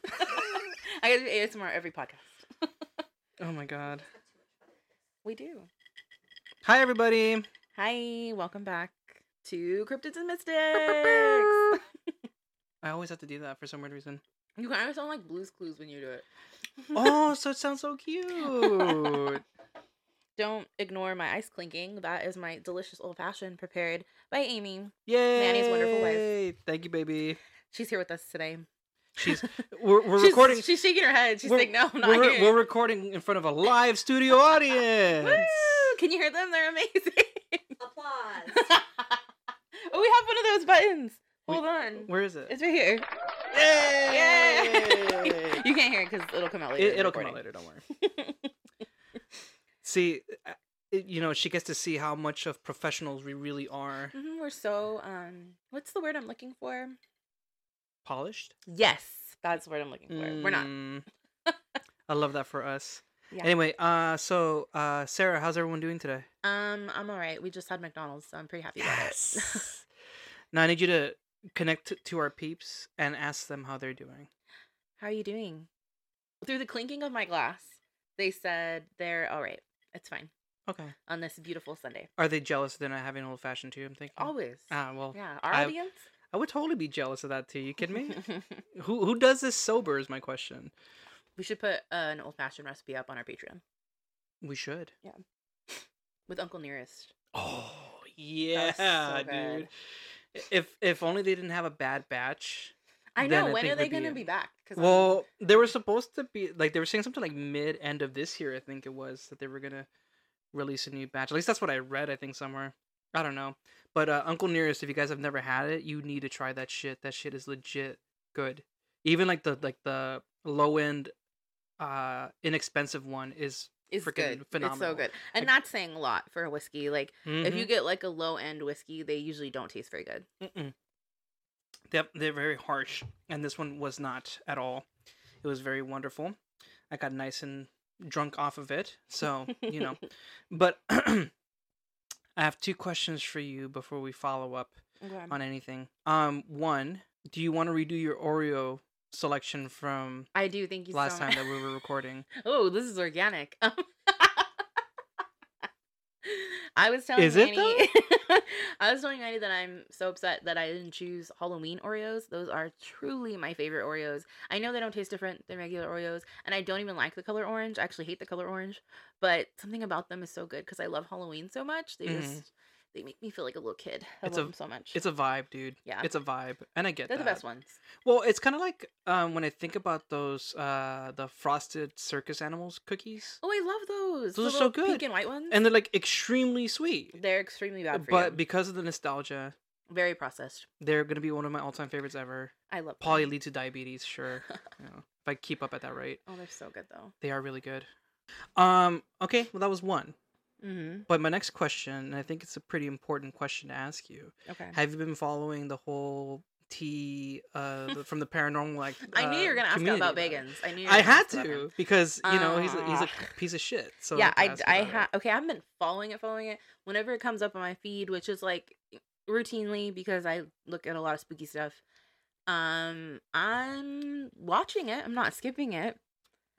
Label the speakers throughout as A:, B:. A: I do ASMR every podcast.
B: Oh my god.
A: we do.
B: Hi everybody.
A: Hi, welcome back to Cryptids and Mystics.
B: I always have to do that for some weird reason.
A: you kind of sound like Blue's Clues when you do it.
B: Oh, so it sounds so cute.
A: Don't ignore my ice clinking. That is my delicious old fashioned prepared by Amy.
B: Yay!
A: Manny's wonderful wife.
B: Yay! Thank you, baby.
A: She's here with us today.
B: She's we're, we're
A: She's-
B: recording.
A: She's shaking her head. She's
B: We're-
A: like, no, I'm not
B: we're,
A: here.
B: we're recording in front of a live studio audience.
A: Woo! Can you hear them? They're amazing.
C: Applause.
A: oh, we have one of those buttons.
B: Wait,
A: Hold on.
B: Where is it?
A: It's right here.
B: Yay!
A: You can't hear it because it'll come out later. in
B: it,
A: the
B: it'll come out
A: recording.
B: later. Don't worry. see, uh, it, you know, she gets to see how much of professionals we really are.
A: Mhm, we're so um, what's the word I'm looking for?
B: Polished.
A: Yes, that's the word I'm looking for. We're not.
B: Mm. I love that for us.
A: Yeah.
B: Anyway, uh, so uh, Sarah, how's everyone doing today?
A: Um, I'm all right. We just had McDonald's, so I'm pretty happy about it.
B: now I need you to connect to our peeps and ask them how they're doing.
A: How are you doing? Through the clinking of my glass, they said they're all right. It's fine
B: Okay.
A: on this beautiful Sunday.
B: Are they jealous that they're not having old fashioned too? I'm thinking.
A: Always.
B: Ah, well,
A: yeah, our
B: I-
A: audience.
B: I would totally be jealous of that too. You kidding me? who who does this sober is my question.
A: we should put uh, an old fashioned recipe up on our Patreon
B: We should.
A: with Uncle Nearest.
B: Oh
A: was so
B: yeah, dude.
A: good.
B: If if only they didn't have a bad batch.
A: I
B: Then
A: know.
B: I
A: when
B: think
A: are they
B: we'd be
A: going to
B: in.
A: be back? 'Cause I'm-
B: Well, they were supposed to be like they were saying something like mid end of this year. I think it was that they were gonna release a new batch. At least that's what I read. I think somewhere. I don't know. But uh, Uncle Nearest, if you guys have never had it, you need to try that shit. That shit is legit good. Even like the like the low end, uh, inexpensive one is.
A: it's
B: freaking
A: good. It's
B: phenomenal.
A: so good. And
B: Like-
A: not saying a lot for a whiskey. Like if
B: Mm-hmm.
A: you get like a low end whiskey, they usually don't taste very good.
B: Mm-mm. They're, they're very harsh, and this one was not at all. It was very wonderful. I got nice and drunk off of it, so you know. But I have two questions for you before we follow up on anything. Um, one, do you want to redo your Oreo selection from
A: I do. Thank you.
B: last
A: so
B: time
A: much.
B: that we were recording?
A: Oh, this is organic. I was telling
B: Is it,
A: Manny, I was telling Manny that I'm so upset that I didn't choose Halloween Oreos. Those are truly my favorite Oreos. I know they don't taste different than regular Oreos, and I don't even like the color orange. I actually hate the color orange, but something about them is so good because I love Halloween so much. They
B: Mhm.
A: just they make me feel like a little kid. I
B: It's
A: love
B: a-
A: them so much.
B: It's a vibe, dude.
A: yeah,
B: It's a vibe, and I get
A: they're
B: that.
A: the best ones.
B: Well, it's kind of like um, when I think about those uh, the frosted circus animals cookies.
A: Oh, I love those.
B: Those
A: The
B: are so
A: little Pink
B: good.
A: and white ones,
B: and they're like extremely sweet.
A: they're extremely bad for
B: But
A: you.
B: because of the nostalgia,
A: Very processed.
B: they're gonna be one of my all-time favorites ever.
A: I love them.
B: Probably lead to diabetes, sure. you know, if I keep up at that rate,
A: Oh, they're so good though.
B: they are really good. Um. Okay. Well, that was one.
A: Mm-hmm.
B: But my next question, and I think it's a pretty important question to ask you.
A: Okay.
B: Have you been following the whole tea uh, the- from the paranormal? Like,
A: I knew you were
B: uh,
A: gonna ask
B: community
A: about
B: it?
A: Bagans. I knew. You were
B: I
A: gonna
B: had
A: ask about him.
B: to because you know he's a, he's a
A: Ah.
B: piece of shit. So
A: yeah,
B: I
A: I
B: had to ask
A: I
B: about it.
A: ha- okay. I've been following it, following it. Whenever it comes up on my feed, which is like routinely because I look at a lot of spooky stuff. Um, I'm watching it. I'm not skipping it.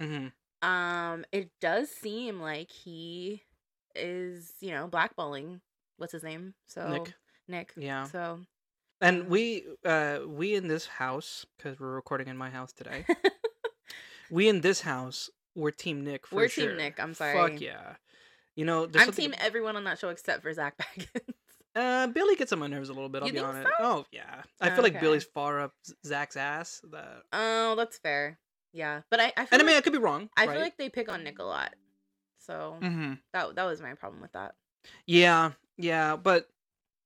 B: Mhm.
A: Um, it does seem like he is, you know, blackballing. What's his name? So
B: Nick.
A: Nick.
B: Yeah.
A: Oh, So
B: And we uh we in this house because we're recording in my house today. we in this house we're team Nick for
A: We're
B: sure.
A: Team Nick, I'm
B: Fuck
A: sorry.
B: yeah. You know, there's
A: I'm
B: something-
A: team everyone on that show except for Zach Baggins.
B: Uh, Billy gets on my nerves a little bit. I'll
A: You
B: be
A: think
B: honest.
A: so?
B: Oh yeah, I feel like
A: Okay.
B: Billy's far up Z- Zach's ass. That...
A: Oh, that's fair. Yeah, but I I feel
B: And I
A: like-
B: mean, I could be wrong.
A: I
B: right?
A: feel like they pick on Nick a lot. So
B: hmm
A: that that was my problem with that.
B: Yeah, yeah, but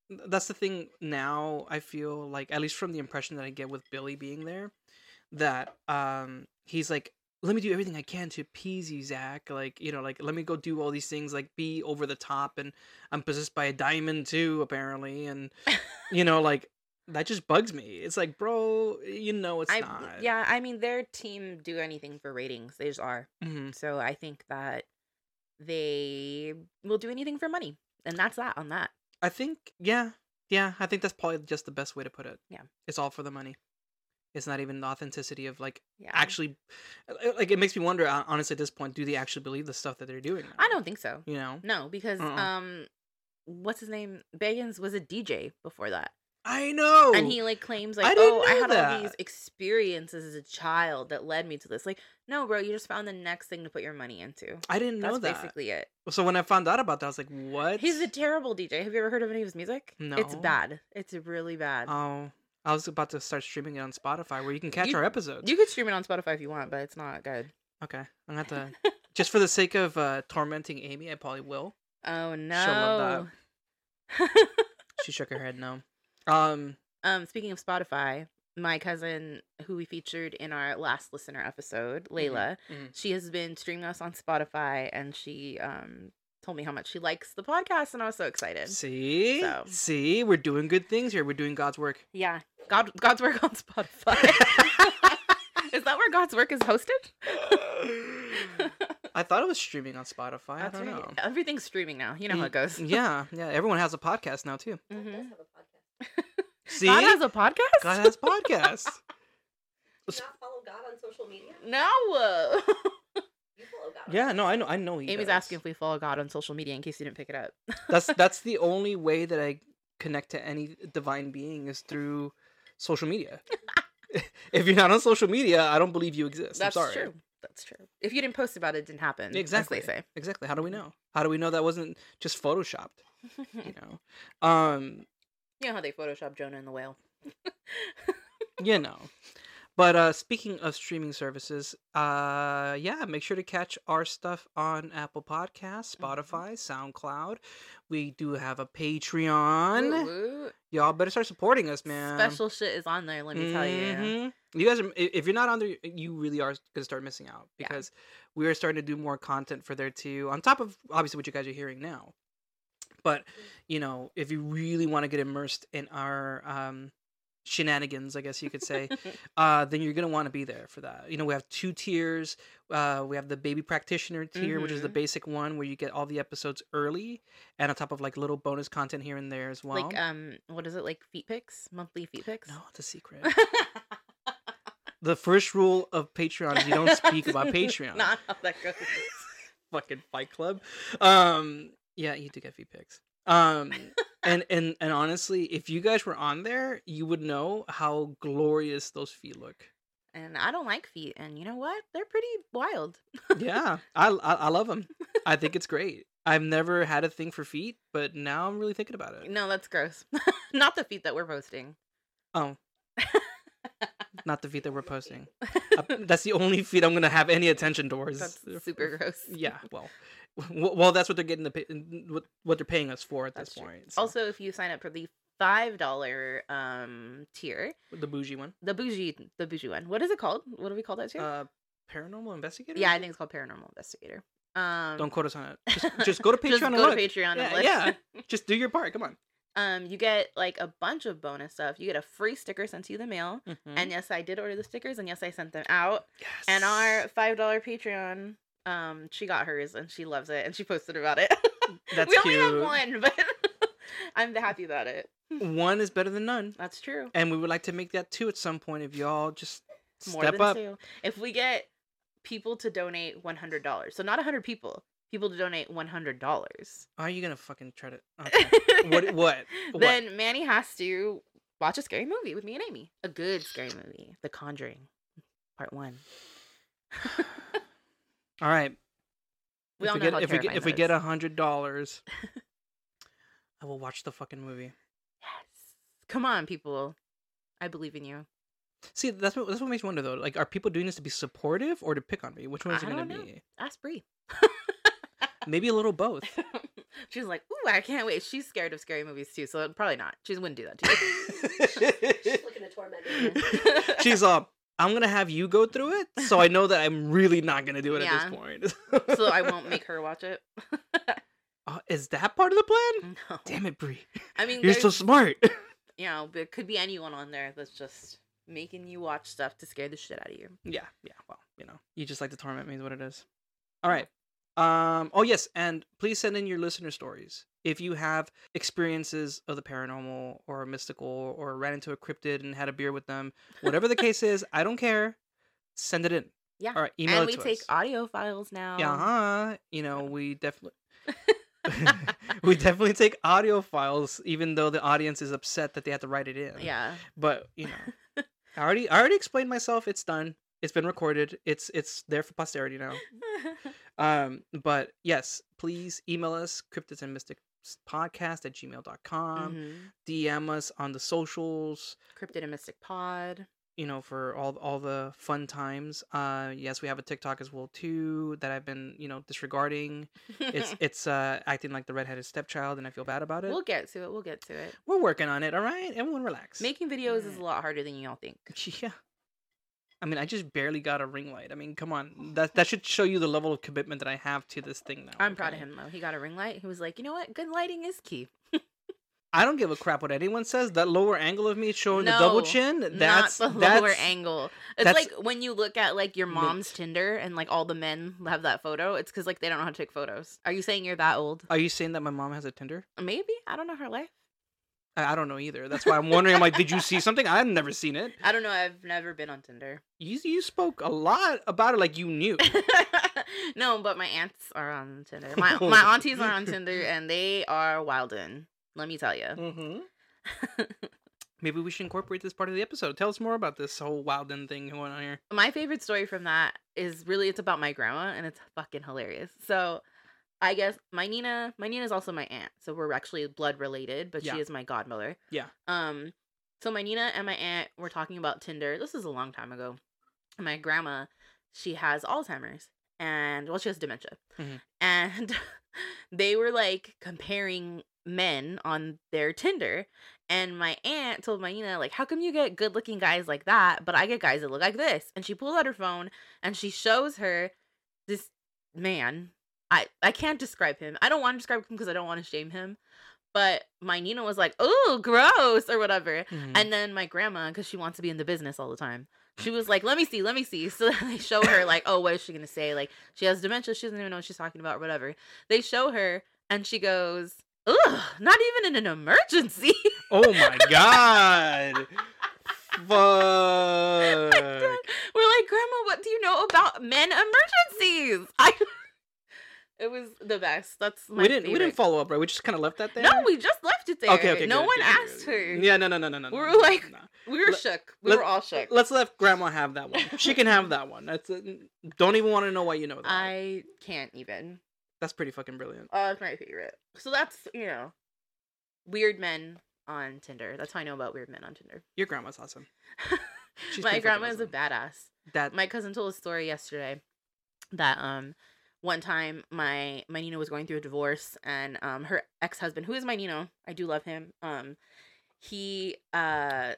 B: th- that's the thing now. I feel like, at least from the impression that I get with Billy being there, that um he's like, let me do everything I can to appease you, Zach. Like, you know, like let me go do all these things, like be over the top, and I'm possessed by a diamond too, apparently, and you know, like that just bugs me. It's like, bro, you know, it's
A: I
B: not.
A: yeah, I mean their team do anything for ratings. They just are.
B: Mhm.
A: So I think that they will do anything for money. And that's that on that.
B: I think, yeah, yeah, I think that's probably just the best way to put it.
A: Yeah.
B: it's all for the money. It's not even the authenticity of like
A: Yeah.
B: actually, uh, like it makes me wonder. hon- Honestly, at this point, do they actually believe the stuff that they're doing?
A: I don't think so.
B: You know,
A: No, because
B: Uh-uh.
A: um, what's his name? Bagans was a DJ before that,
B: I know.
A: and he like claims like,
B: I didn't
A: oh, I
B: know
A: had all
B: that."
A: these experiences as a child that led me to this. Like, no, bro, you just found the next thing to put your money into.
B: I didn't know
A: That's
B: that.
A: basically it.
B: So when I found out about that, I was like, "What?"
A: He's a terrible DJ. Have you ever heard of any of his music? it's
B: No.
A: bad. It's really bad.
B: Oh, I was about to start streaming it on Spotify, where you can catch
A: You-
B: our episodes.
A: you could stream it on Spotify if you want, but it's not good.
B: Okay, I'm gonna have to. Just for the sake of uh, tormenting Amy, I probably will.
A: Oh no.
B: love She shook her head no. Um,
A: um, speaking of Spotify, my cousin who we featured in our last listener episode, Layla,
B: mhm.
A: she has been streaming us on Spotify, and she um told me how much she likes the podcast, and I was so excited.
B: see,
A: So.
B: see, we're doing good things here. We're doing God's work.
A: Yeah, God, God's work on Spotify. is that where God's work is hosted?
B: I thought it was streaming on Spotify.
A: That's
B: I don't
A: right. Everything's streaming now. You know how
B: Y-
A: it goes.
B: know. Mm, yeah, yeah. Everyone has a podcast now too.
A: Mhm.
C: does have a podcast.
B: See,
A: God has a podcast?
B: God has podcasts.
C: Do you not follow God on social media?
A: no.
C: You follow God. on
B: yeah,
C: social
B: no, I know, I know. He
A: Amy's
B: does.
A: asking if we follow God on social media in case you didn't pick it up.
B: that's that's the only way that I connect to any divine being is through social media. if you're not on social media, I don't believe you exist.
A: That's
B: I'm sorry.
A: true. That's true. If you didn't post about it, it didn't happen. as
B: Exactly.
A: they say.
B: Exactly. How do we know? How do we know that wasn't just photoshopped? You know. Um.
A: you know how they Photoshop Jonah and the whale.
B: You know. But uh, speaking of streaming services, uh, yeah, make sure to catch our stuff on Apple
A: Mm-hmm.
B: Podcasts, Spotify, SoundCloud. We do have a Patreon.
A: Woo, woo.
B: Y'all better start supporting us, man.
A: Special shit is on there, let me tell you.
B: Mhm. You guys are i- if you're not on there, you really are gonna start missing out
A: Yeah.
B: because we are starting to do more content for there too. On top of obviously what you guys are hearing now, but you know if you really want to get immersed in our um, shenanigans, I guess you could say, uh, then you're gonna want to be there for that. You know we have two tiers. Uh, we have the baby practitioner tier, which is the
A: Mhm.
B: basic one where you get all the episodes early, and on top of like little bonus content here and there as well.
A: Like um what is it like feet pics? Monthly feet pics?
B: no, it's a secret. The first rule of Patreon is you don't speak about Patreon.
A: Not how that goes.
B: Fucking Fight Club. Um, yeah, you do get fee picks. Um, and and and honestly, if you guys were on there, you would know how glorious those feet look.
A: And I don't like feet, and you know what? They're pretty wild.
B: Yeah, I I, I love them. I think it's great. I've never had a thing for feet, but now I'm really thinking about it.
A: No, that's gross. Not the feet that we're posting.
B: Oh, not the feet that we're posting. Uh, That's the only feet I'm gonna have any attention towards.
A: That's super gross.
B: yeah well w- well that's what they're getting the pay- what, what they're paying us for at
A: That's
B: this
A: true.
B: point so.
A: Also, if you sign up for the five dollar um tier,
B: the bougie one
A: the bougie the bougie one. What is it called? What do we call that tier?
B: uh paranormal investigator
A: yeah, I think it's called Paranormal Investigator. Um
B: don't quote us on it just, just go to patreon
A: just
B: and
A: go
B: look.
A: to Patreon
B: Yeah,
A: and look.
B: yeah. just do your part come on
A: Um you get like a bunch of bonus stuff. You get a free sticker sent to you in the mail.
B: Mm-hmm.
A: And yes, I did order the stickers and yes I sent them out.
B: yes.
A: And our five dollar Patreon um she got hers and she loves it and she posted about it.
B: That's
A: we only have
B: cute.
A: one, but I'm happy about it.
B: one is better than none
A: That's true.
B: and we would like to make that two at some point if y'all just
A: more
B: step
A: than
B: up
A: two. If we get people to donate one hundred dollars, so not hundred people, people to donate one hundred dollars,
B: are you gonna fucking try to okay. what what what?
A: then Manny has to watch a scary movie with me and Amy. A good scary movie, The Conjuring, Part One.
B: all right
A: We
B: if
A: all
B: we
A: know
B: get
A: how
B: if we get
A: terrifying
B: if we
A: that
B: get
A: is.
B: a hundred dollars i will watch the fucking movie
A: yes. Come on, people, I believe in you.
B: See, that's what that's what makes me wonder though. Like, are people doing this to be supportive or to pick on me? Which one is it
A: I
B: going to
A: don't know.
B: be?
A: Ask Bree.
B: Maybe a little both.
A: She's like, ooh, I can't wait. She's scared of scary movies too, so probably not. She wouldn't do that to
C: media. She's looking to torment you.
A: you.
B: She's uh, I'm gonna have you go through it, so I know that I'm really not gonna do it
A: Yeah.
B: at this point.
A: so I won't make her watch it.
B: Uh, is that part of the plan?
A: No.
B: Damn it, Brie!
A: I mean,
B: You're
A: there's,
B: so smart.
A: you know, there could be anyone on there that's just making you watch stuff to scare the shit out of you.
B: yeah, yeah. Well, you know, you just like to torment me is what it is. All right. Um, oh yes, and please send in your listener stories. If you have experiences of the paranormal or mystical or ran into a cryptid and had a beer with them, whatever the case is, I don't care. Send it in.
A: Yeah.
B: Or email
A: and
B: it
A: we
B: to
A: take
B: us.
A: audio files now.
B: Yeah, huh? You know, we definitely we definitely take audio files, even though the audience is upset that they had to write it in.
A: yeah.
B: But you know, I already I already explained myself. It's done. It's been recorded. It's it's there for posterity now. Um, but yes, please email us cryptids and mystics podcast at gmail.com
A: Mhm.
B: dm us on the socials
A: Cryptid and Mystic Pod.
B: you know for all all the fun times uh yes we have a tiktok as well too that i've been you know disregarding it's it's uh acting like the redheaded stepchild and i feel bad about it
A: we'll get to it. We'll get to it.
B: we're working on it all right everyone relax
A: Making videos is a lot harder than y'all think.
B: yeah i mean i just barely got a ring light i mean come on that that should show you the level of commitment that i have to this thing now
A: I'm proud of
B: okay?
A: him though. He got a ring light. He was like, you know what? Good lighting is key.
B: I don't give a crap what anyone says. That lower angle of me showing the double
A: No,
B: chin, that's
A: Not the
B: that's
A: lower angle. It's
B: that's-
A: like when you look at like your
B: No.
A: mom's Tinder and like all the men have that photo. It's because like they don't know how to take photos. Are you saying you're that old?
B: Are you saying that my mom has a Tinder?
A: Maybe I don't know her life.
B: I, I don't know either. That's why I'm wondering. I'm like, did you see something? I've never seen it.
A: I don't know. I've never been on Tinder.
B: You you spoke a lot about it, like you knew.
A: no, but my aunts are on Tinder. My my aunties are on Tinder, and they are wildin'. Let me tell you.
B: hmm Maybe we should incorporate this part of the episode. Tell us more about this whole Wilden thing going on here.
A: my favorite story from that is really it's about my grandma, and it's fucking hilarious. So. I guess my Nina, my Nina is also my aunt, so we're actually blood related, but
B: Yeah.
A: she is my godmother.
B: Yeah.
A: Um, so my Nina and my aunt were talking about Tinder. This is a long time ago. My grandma, she has Alzheimer's, and well, she has dementia,
B: Mhm.
A: and they were like comparing men on their Tinder. And my aunt told my Nina, like, how come you get good looking guys like that, but I get guys that look like this? And she pulled out her phone and she shows her this man. I, I can't describe him. I don't want to describe him because I don't want to shame him. But my Nina was like, "Ooh, gross," or whatever.
B: Mm.
A: And then my grandma, because she wants to be in the business all the time, she was like, "Let me see, let me see." So they show her like, "Oh, what is she gonna say? Like, she has dementia. She doesn't even know what she's talking about, or whatever." They show her, and she goes, "Ugh, not even in an emergency."
B: oh my god! Fuck!
A: We're like, "Grandma, what do you know about men emergencies?" I. It was the best. That's my
B: We didn't we didn't
A: favorite.
B: follow up, right? We just kind of left that there.
A: No, we just left it there.
B: Okay, okay.
A: No
B: good,
A: one
B: good, good,
A: asked
B: good,
A: her.
B: good. Yeah, no, no, no, no, no.
A: We
B: no,
A: were
B: no,
A: like-
B: no.
A: We were
B: Let-
A: shook. We
B: let-
A: were all shook.
B: Let's let grandma have that one. She can have that one. That's don't even want to know why you know that.
A: I can't even.
B: That's pretty fucking brilliant.
A: Oh, that's my favorite. So that's you know, weird men on Tinder. That's how I know about weird men on Tinder.
B: Your grandma's awesome. She's
A: my
B: pretty fucking
A: grandma is a
B: awesome.
A: badass.
B: That
A: My cousin told a story yesterday that um one time my my Nina was going through a divorce and um her ex-husband who is my Nino, I do love him. Um he uh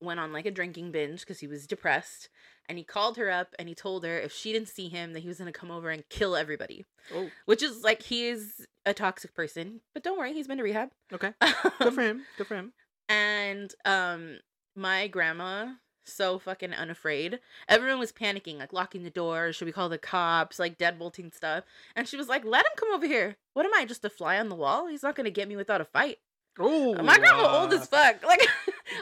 A: went on like a drinking binge cuz he was depressed and he called her up and he told her if she didn't see him that he was going to come over and kill everybody.
B: oh
A: Which is like he is a toxic person, but don't worry, he's been to rehab.
B: okay. Good for him. Good for him.
A: and um my grandma so fucking unafraid everyone was panicking like locking the door should we call the cops like deadbolting stuff and she was like let him come over here what am i just a fly on the wall he's not gonna get me without a fight
B: Oh
A: my grandma old as fuck like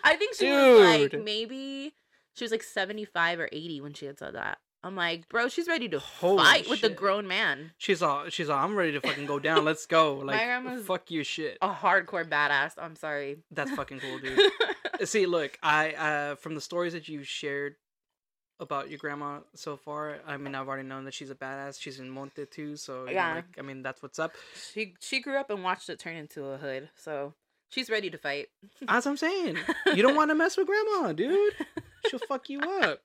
A: i think she was like
B: Dude.
A: maybe she was like 75 or 80 when she had said that i'm like bro she's ready to
B: Holy
A: fight with a
B: shit.
A: grown man
B: She's all she's all. I'm ready to fucking go down. Let's go. Like
A: grandma's-
B: fuck your shit.
A: a hardcore badass i'm sorry
B: That's fucking cool, dude. See, look, I uh from the stories that you shared about your grandma so far, I mean, I've already known that she's a badass. She's in Monte too, so yeah.
A: Yeah.
B: I mean, that's what's up.
A: She she grew up and watched it turn into a hood, so she's ready to fight.
B: That's what I'm saying. You don't want to mess with grandma, dude. She'll fuck you up.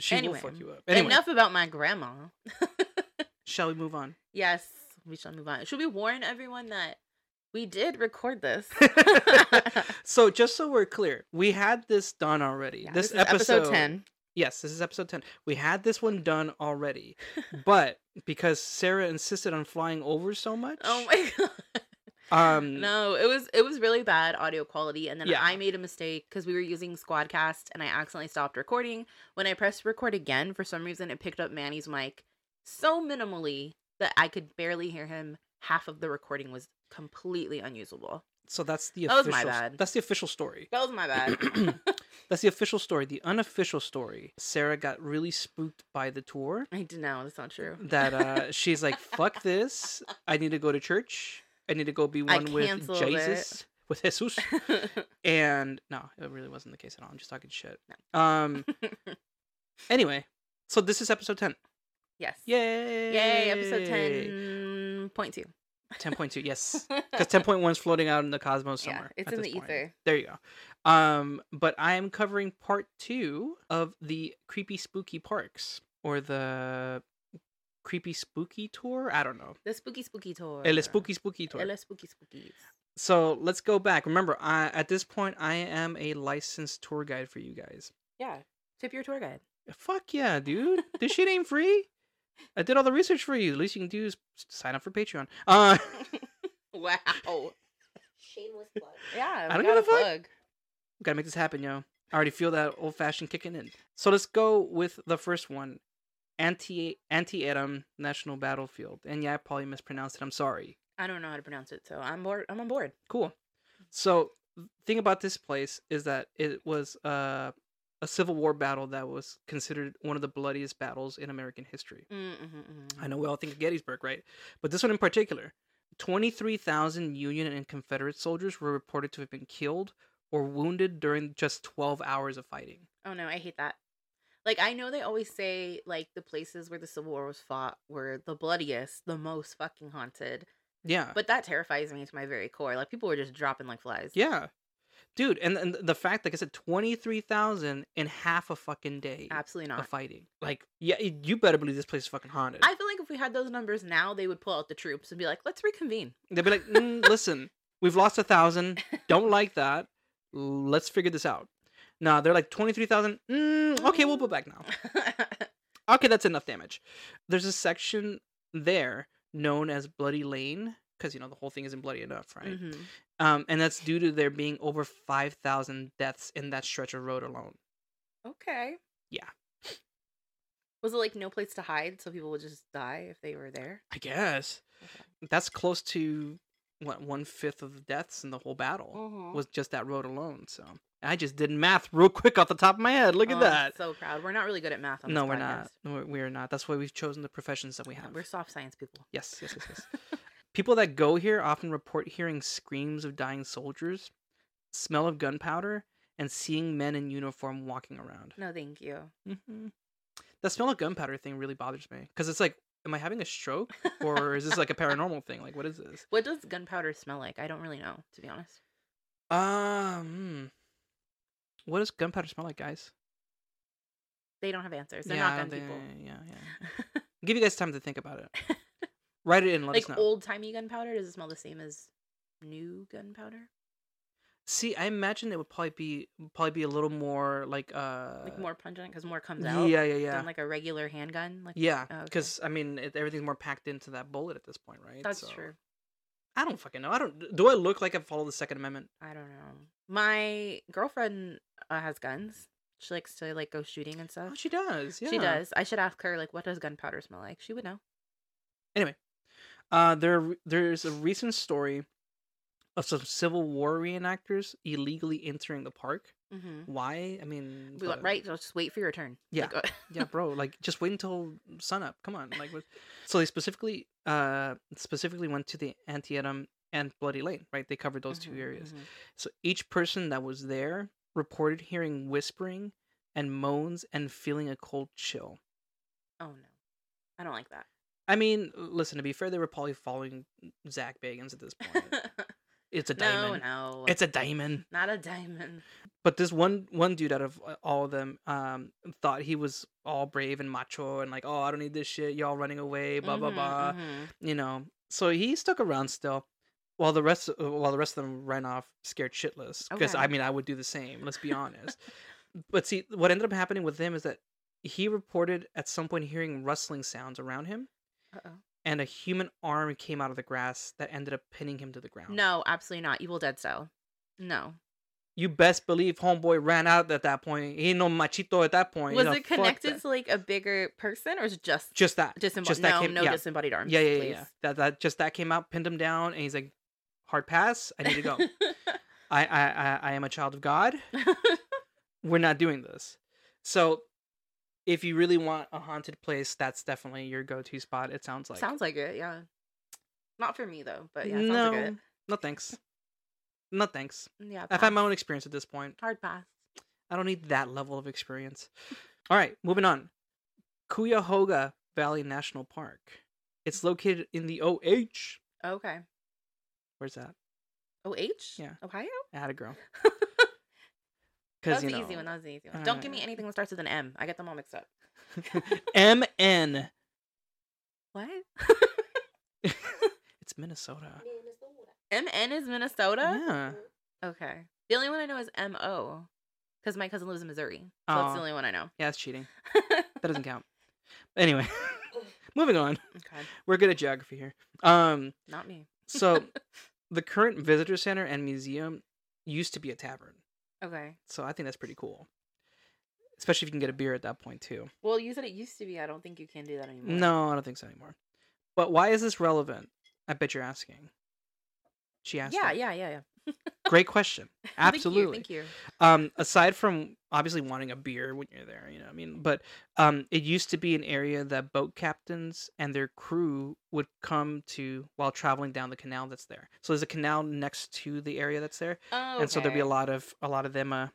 B: She
A: Anyway.
B: will fuck you up. Anyway,
A: Enough about my grandma.
B: shall we move on?
A: Yes, we shall move on. Should we warn everyone that we did record this?
B: so just so we're clear, we had this done already.
A: Yeah,
B: this,
A: is
B: episode,
A: ten.
B: Yes, this is episode 10. We had this one done already. but because Sarah insisted on flying over so much,
A: Oh my god!
B: um
A: No, it was it was really bad audio quality, and then
B: Yeah.
A: I made a mistake because we were using Squadcast, and I accidentally stopped recording. When I pressed record again, for some reason, it picked up Manny's mic so minimally that I could barely hear him. Half of the recording was completely unusable.
B: So that's the
A: That was
B: official.
A: my bad.
B: That's the official story.
A: That was my bad.
B: that's the official story. The unofficial story. Sarah got really spooked by the tour.
A: I did no, that's not true.
B: That uh, she's like, "Fuck this! I need to go to church. I need to go be
A: I
B: one with
A: canceled it."
B: Jesus, with Jesus." And no, it really wasn't the case at all. I'm just talking shit. Um.
A: Mm.
B: anyway, so this is episode ten.
A: yes.
B: Yay!
A: Yay, episode ten point two.
B: Ten point two. Yes. because ten point one is floating out in the cosmos
A: Yeah,
B: somewhere.
A: it's
B: at
A: in
B: this
A: the
B: point.
A: ether.
B: There you go. Um, but I am covering part two of the creepy spooky parks or the creepy spooky tour. I don't know.
A: The spooky spooky tour.
B: El spooky spooky tour.
A: El spooky spooky.
B: so let's go back. Remember, I at this point I am a licensed tour guide for you guys.
A: Yeah. Tip your tour guide.
B: Fuck yeah, dude! this shit ain't free. I did all the research for you. The least you can do is sign up for Patreon. Uh,
A: wow.
C: Shameless plug.
A: Yeah.
B: I
A: we
B: don't give
A: got
B: a fuck. gotta make this happen, yo. I already feel that old fashioned kicking in. So let's go with the first one, anti anti Adam National Battlefield. And yeah, I probably mispronounced it. I'm sorry.
A: I don't know how to pronounce it, so I'm bored. I'm on board.
B: Cool. So the thing about this place is that it was uh, a Civil War battle that was considered one of the bloodiest battles in American history.
A: Mm,
B: I know we all think of Gettysburg, right? But this one in particular, 23,000 Union and Confederate soldiers were reported to have been killed or wounded during just 12 hours of fighting.
A: Oh no, I hate that. Like I know they always say like the places where the Civil War was fought were the bloodiest, the most fucking haunted.
B: Yeah.
A: But that terrifies me to my very core. Like people were just dropping like flies.
B: Yeah. Dude, and, and the fact, like I said, 23,000 in half a fucking day
A: Absolutely
B: of
A: not.
B: fighting. Like, yeah, y- you better believe this place is fucking haunted.
A: I feel like if we had those numbers now, they would pull out the troops and be like, "Let's reconvene."
B: They'd be like, mm, listen, we've lost a thousand. Don't like that. Let's figure this out. Nah, they're like 23,000. Mm, okay, we'll put back now. Okay, that's enough damage. There's a section there known as Bloody Lane because, you know, the whole thing isn't bloody enough, right?
A: Mhm.
B: Um, and that's due to there being over 5,000 deaths in that stretch of road alone.
A: Okay.
B: Yeah.
A: Was it like no place to hide, so people would just die if they were there?
B: I guess that's close to what one fifth of the deaths in the whole battle
A: Mhm.
B: was just that road alone. So I just did math real quick off the top of my head. Look
A: Oh,
B: at
A: I'm
B: that.
A: so proud. We're not really good at math. On
B: No,
A: this
B: we're
A: podcast.
B: not. No, we're- we're not. That's why we've chosen the professions that we have.
A: We're soft science people.
B: Yes, yes, yes, yes. People that go here often report hearing screams of dying soldiers, smell of gunpowder, and seeing men in uniform walking around.
A: No, thank you.
B: hmm That smell of gunpowder thing really bothers me because it's like, am I having a stroke or is this like a paranormal thing? Like, what is this?
A: What does gunpowder smell like? I don't really know, to be honest.
B: Um, what does gunpowder smell like, guys?
A: They don't have answers. They're not gun
B: they-
A: people.
B: Yeah, yeah. Give you guys time to think about it. Write it in. Let us
A: like
B: know.
A: old timey gunpowder, does it smell the same as new gunpowder?
B: See, I imagine it would probably be probably be a little more like uh
A: Like more pungent because more comes
B: Yeah,
A: out
B: yeah, yeah,
A: than like a regular handgun. Like
B: yeah.
A: Oh, okay.
B: Because I mean, it, everything's more packed into that bullet at this point, right?
A: that's
B: So,
A: true.
B: I don't fucking know. I don't. Do I look like I follow the Second Amendment?
A: I don't know. My girlfriend uh, has guns. She likes to like go shooting and stuff.
B: Oh, she does. Yeah.
A: Uh, She does. I should ask her like, what does gunpowder smell like? She would know.
B: Uh, there there's a recent story of some Civil War reenactors illegally entering the park.
A: Mm-hmm.
B: Why? I mean,
A: We
B: uh,
A: went right. So just wait for your turn.
B: Yeah.
A: Like, uh,
B: yeah, bro. Like, just wait until sunup. Come on. Like, what- so they specifically, uh, specifically went to the Antietam and Bloody Lane. Right? They covered those
A: mhm,
B: two areas.
A: mhm.
B: So each person that was there reported hearing whispering and moans and feeling a cold chill.
A: Oh no, I don't like that.
B: I mean, listen. To be fair, they were probably following Zach Bagans at this point. It's a
A: no,
B: diamond.
A: no,
B: It's a diamond.
A: not a diamond.
B: but this one one dude out of uh, all of them um thought he was all brave and macho and like oh i don't need this shit y'all running away blah blah
A: Mhm,
B: blah
A: mhm.
B: you know so he stuck around still while the rest uh, while the rest of them ran off scared shitless because i
A: Okay.
B: mean i would do the same let's be honest but see what ended up happening with him is that he reported at some point hearing rustling sounds around him
A: Uh-oh.
B: and a human arm came out of the grass that ended up pinning him to the ground
A: No, absolutely not. Evil Dead style. No,
B: you best believe homeboy ran out at that point. He ain't no machito at that point.
A: Was
B: You know,
A: it
B: fuck
A: connected
B: that.
A: to like a bigger person or is it just
B: Just that.
A: disembodied?
B: just that
A: no,
B: came-
A: no
B: yeah.
A: disembodied arms.
B: yeah, yeah, yeah,
A: please.
B: yeah. That that just that came out, pinned him down, and he's like, "Hard pass. I need to go. I, I I I am a child of God. We're not doing this." So, if you really want a haunted place, that's definitely your go-to spot. It sounds like.
A: sounds like it. Yeah. Not for me though, but yeah, sounds
B: no,
A: like it.
B: no thanks. No thanks.
A: Yeah.
B: I've had
A: pass.
B: my own experience at this point.
A: hard pass.
B: I don't need that level of experience. All right, moving on. Cuyahoga Valley National Park. It's located in the OH.
A: Okay.
B: Where's that?
A: Oh, H.
B: Yeah.
A: Ohio.
B: I had a girl.
A: That
B: Because
A: was
B: you
A: the
B: know,
A: easy one. That was the easy one. Don't give me
B: uh,
A: anything that starts with an M. I get them all mixed up.
B: MN.
A: What?
B: It's Minnesota.
C: Minnesota.
A: MN is Minnesota.
B: Yeah.
A: Okay. The only one I know is MO because my cousin lives in Missouri. So that's
B: Oh.
A: the only one I know.
B: Yeah, that's cheating.
A: okay.
B: That doesn't count. Anyway, moving on. We're good at geography here. Um,
A: Not me.
B: so the current visitor center and museum used to be a tavern.
A: Okay.
B: So I think that's pretty cool. Especially if you can get a beer at that point too.
A: Well, you said it used to be. I don't think you can do that anymore.
B: No, I don't think so anymore. But why is this relevant? I bet you're asking. She asked.
A: Yeah,
B: that.
A: yeah, yeah, yeah.
B: Great question. Absolutely.
A: Thank you. Thank you.
B: Um, aside from obviously wanting a beer when you're there, you know, what I mean, but um, it used to be an area that boat captains and their crew would come to while traveling down the canal that's there. So there's a canal next to the area that's there,
A: Oh,
B: and so there'd be a
A: okay.
B: lot of a lot of them, uh,